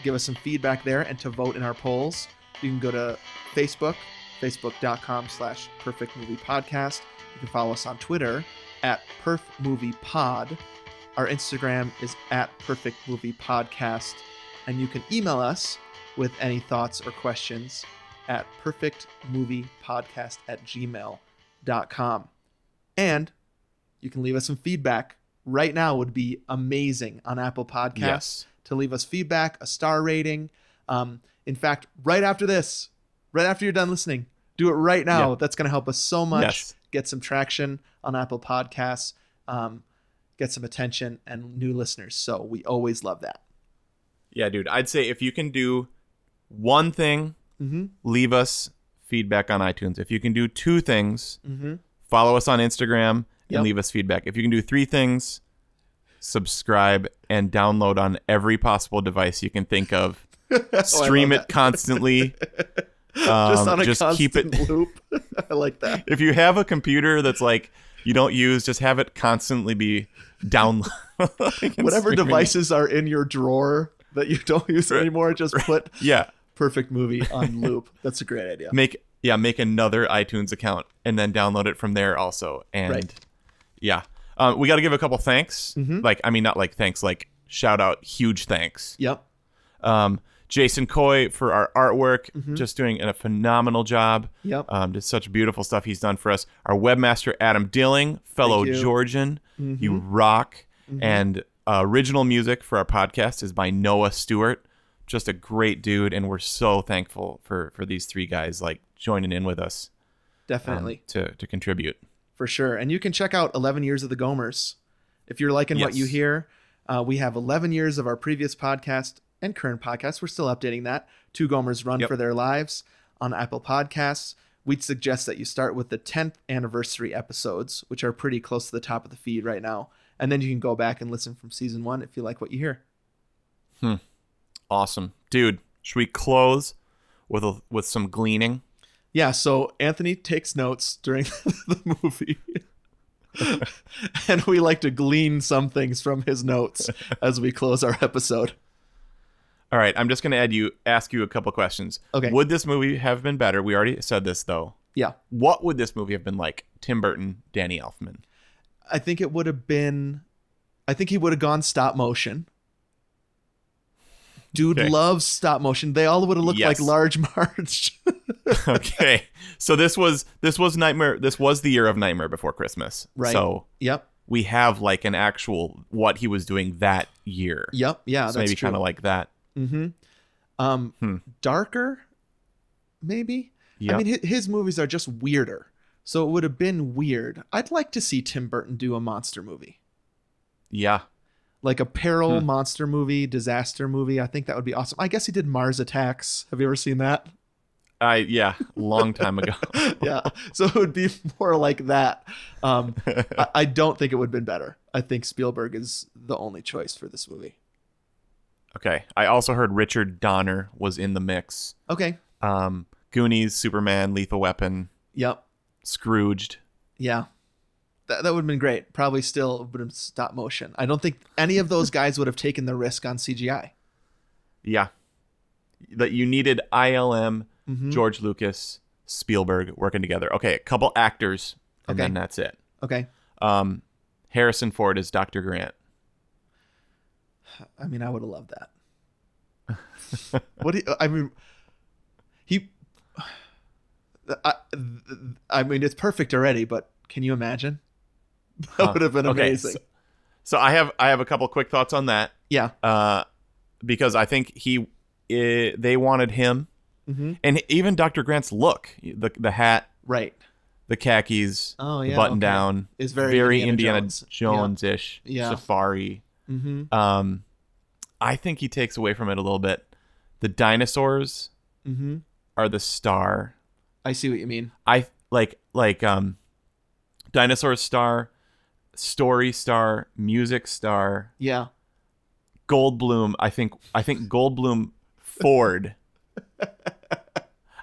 give us some feedback there and to vote in our polls. You can go to Facebook, facebook.com slash perfect movie podcast. You can follow us on Twitter at Perf Movie Pod. Our Instagram is at Perfect Movie Podcast. And you can email us with any thoughts or questions at perfectmoviepodcast at gmail.com. And you can leave us some feedback. Right now would be amazing on Apple Podcasts Yes. to leave us feedback, a star rating. Um, in fact, right after this, right after you're done listening, do it right now. Yeah. That's going to help us so much. Yes. Get some traction on Apple Podcasts, um, get some attention and new listeners. So we always love that. Yeah, dude. I'd say if you can do one thing, Mm-hmm. leave us feedback on iTunes. If you can do two things, follow us on Instagram Mm-hmm. Yep. and leave us feedback. If you can do three things, subscribe and download on every possible device you can think of. Stream it Oh, that. constantly. Just Um, on a just keep constant it- loop. I like that. if you have a computer that's like you don't use, just have it constantly be download. Whatever devices are in your drawer that you don't use anymore, just put Yeah. perfect movie on loop. That's a great idea. Make yeah, make another iTunes account and then download it from there also. And Right. Mm-hmm. yeah. Um, we got to give a couple thanks. Like I mean not like thanks, like shout out huge thanks. Yep. Um, Jason Coy for our artwork, just doing a phenomenal job. Mm-hmm. Yep. Um, just such beautiful stuff he's done for us. Our webmaster, Adam Dilling, fellow Thank you. Mm-hmm. Georgian, you rock. And uh, original music for our podcast is by Noah Stewart. Just a great dude, and we're so thankful for for these three guys like joining in with us um, Definitely. to to contribute. for sure. And you can check out 11 Years of the Gomers. If you're liking what Yes. you hear, uh, we have 11 years of our previous podcast and current podcast. We're still updating that. Two Gomers Run Yep. for Their Lives on Apple Podcasts. We'd suggest that you start with the 10th anniversary episodes, which are pretty close to the top of the feed right now. And then you can go back and listen from season one if you like what you hear. Awesome, dude. Should we close with a, with some gleaning? Yeah, so Anthony takes notes during the movie. and we like to glean some things from his notes as we close our episode. All right, I'm just going to add you ask you a couple questions. Okay. Would this movie have been better? We already said this though. Yeah. What would this movie have been like? Tim Burton, Danny Elfman. I think it would have been I think he would have gone stop motion. Dude Okay. loves stop motion. They all would have looked like Yes. large Marge. okay. So this was this was Nightmare this was the year of Nightmare Before Christmas. Right. So yep. we have like an actual what he was doing that year. Yep. Yeah, So that's maybe true. Mm-hmm. kind of like that. um Hmm. darker maybe. Yeah. I mean his, his movies are just weirder. So it would have been weird. I'd like to see Tim Burton do a monster movie. Yeah. Like a peril monster movie, disaster movie. I think that would be awesome. I guess he did Mars Attacks. Have you ever seen that? I yeah, long time ago. yeah so it would be more like that um I, I don't think it would have been better i think spielberg is the only choice for this movie okay. I also heard Richard Donner was in the mix. okay Um Goonies, Superman, Lethal Weapon, yep Scrooged. yeah that, that would have been great probably still would have stop motion i don't think any of those guys would have taken the risk on cgi Mm-hmm. Yeah. That you needed ILM, George Lucas, Spielberg working together. Okay, a couple actors, and Okay. then that's it. Okay. Um, Harrison Ford is Dr. Grant. I mean, I would have loved that. what do you, I mean, he. I, I mean, it's perfect already, but can you imagine? That would have been Okay, amazing. so- So I have I have a couple quick thoughts on that. yeah. uh, because I think he i they wanted him, Mhm. and even Dr. Grant's look the the hat, Right. the khakis, Oh, the yeah, button okay. down Is very Indiana, Indiana Jones Jones. ish Yeah. safari. Mm-hmm. Um, I think he takes away from it a little bit. The dinosaurs Mm-hmm. are the star. I see what you mean. I like like um, dinosaur star, story star, music star. Yeah. Goldblum. I think I think Goldblum Ford.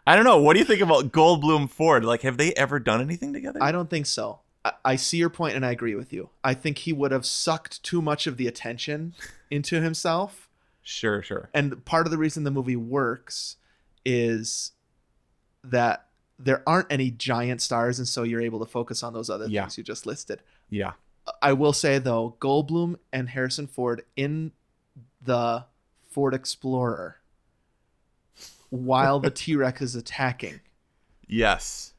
I don't know. What do you think about Goldblum Ford? Like, have they ever done anything together? I don't think so. I, I see your point and I agree with you. I think he would have sucked too much of the attention into himself. sure, sure. And part of the reason the movie works is that there aren't any giant stars, and so you're able to focus on those other Yeah. things you just listed. Yeah, I will say though, Goldblum and Harrison Ford in the Ford Explorer while the T Rex is attacking, yes,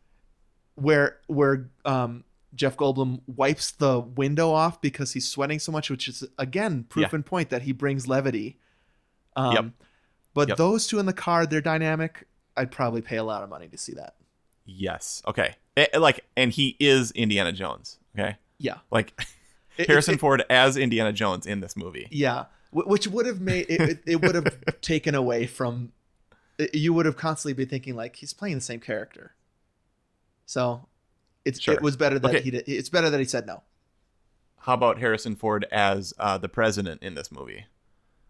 where where um, Jeff Goldblum wipes the window off because he's sweating so much, which is again proof Yeah. in point that he brings levity. Um, Yep. But Yep. those two in the car, their dynamic, I'd probably pay a lot of money to see that. yes. Okay, Eh, like, and he is Indiana Jones. Okay, Yeah, like It- it- Harrison it- Ford as Indiana Jones in this movie. Yeah, Wh- which would have made it, it, it would have taken away from it- you would have constantly been thinking like he's playing the same character. So it's Sure. it was better that Okay. he did, it's better that he said no. How about Harrison Ford as uh, the president in this movie?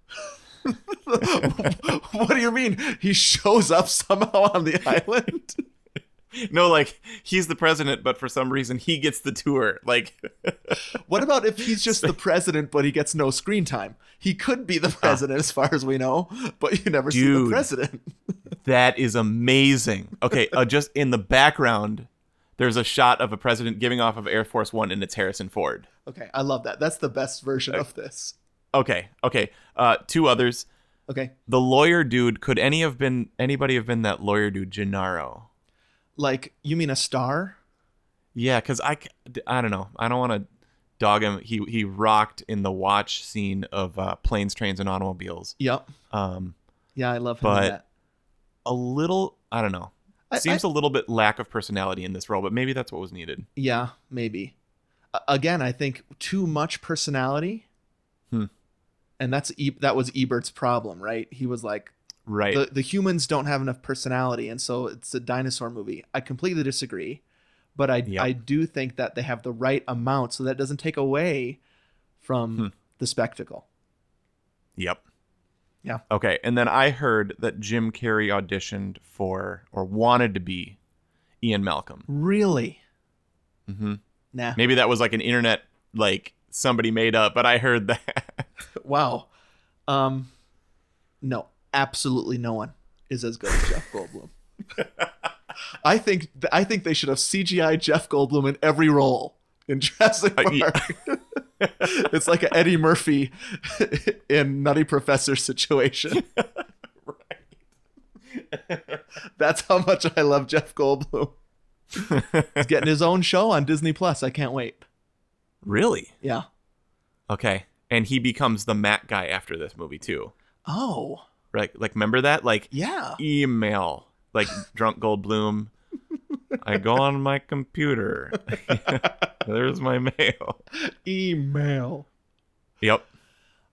what do you mean? He shows up somehow on the island? No, like he's the president, but for some reason he gets the tour. Like, What about if he's just the president but he gets no screen time? He could be the president as far as we know, but you never see Ah. Dude. the president. That is amazing. Okay, uh, just in the background, there's a shot of a president giving off of Air Force One, and it's Harrison Ford. Okay, I love that. That's the best version of this. Okay, okay. Uh, two others. Okay. The lawyer dude. Could any have been anybody have been that lawyer dude, Gennaro? Like you mean a star? Yeah, because I, c- I don't know. I don't want to dog him. He he rocked in the watch scene of uh, planes, trains, and automobiles. Yep. Um, Yeah, I love him in But- that. a little. I don't know. I- Seems a little bit lack of personality in this role, but maybe that's what was needed. Yeah, maybe. A- Again, I think too much personality. Hmm. And that's e- that was Ebert's problem, right? He was like Right. the the humans don't have enough personality, and so it's a dinosaur movie. I completely disagree, but I Yep. I do think that they have the right amount, so that doesn't take away from Hmm. the spectacle. Yep. Yeah. Okay. And then I heard that Jim Carrey auditioned for or wanted to be Ian Malcolm. Really? hmm Nah. Maybe that was like an internet, like somebody made up, but I heard that. Wow. Um, no, absolutely no one is as good as Jeff Goldblum. I think I think they should have CGI Jeff Goldblum in every role in Jurassic Uh, Park. yeah. it's like an Eddie Murphy in Nutty Professor situation. That's how much I love Jeff Goldblum. He's getting his own show on Disney Plus. I can't wait. really? Yeah. Okay. And he becomes the Matt guy after this movie too. Oh, Right? Like, remember that? Like, yeah. email, like drunk Goldblum. I go on my computer. There's my mail. Email. Yep.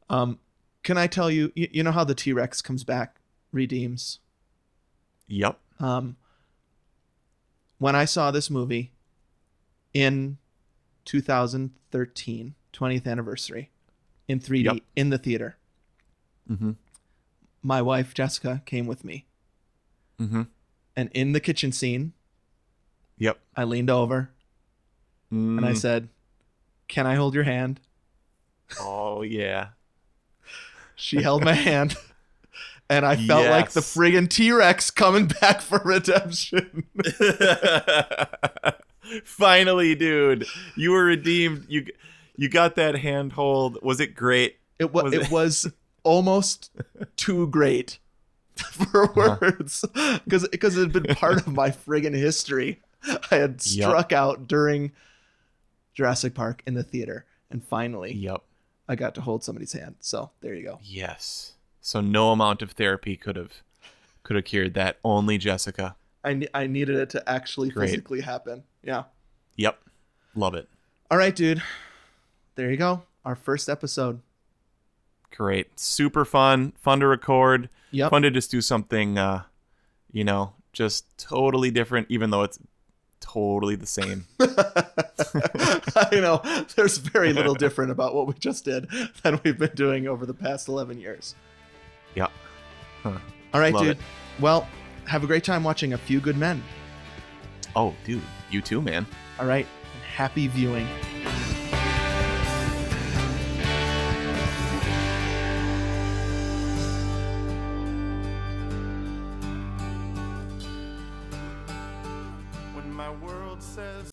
Um, can I tell you, you, you know how the T Rex comes back, redeems? Yep. Um, when I saw this movie in 2013, 20th anniversary, in 3D, Yep. in the theater, Mhm. my wife, Jessica, came with me. Mhm. And in the kitchen scene, Yep. I leaned over and I Mm. said, Can I hold your hand? Oh yeah. She held my hand and I felt like the Yes. friggin' T Rex coming back for redemption. Finally, dude, you were redeemed. You you got that handhold. Was it great? It was, Was it it- was almost too great for Uh-huh. words because it had been part of my friggin' history. I had Yup. struck out during Jurassic Park in the theater, and finally Yep. I got to hold somebody's hand. So there you go. Yes. So no amount of therapy could have could have cured that. Only Jessica. I ne- I needed it to actually Great. physically happen. Yeah. Yep. Love it. All right, dude. There you go. Our first episode. Great. Super fun. Fun to record. Yep. Fun to just do something uh you know, just totally different even though it's totally the same. I know there's very little different about what we just did than we've been doing over the past 11 years. yep. All right, Love dude. it. Well, have a great time watching A Few Good Men. Oh, dude. You too, man. All right. and Happy viewing. When my world says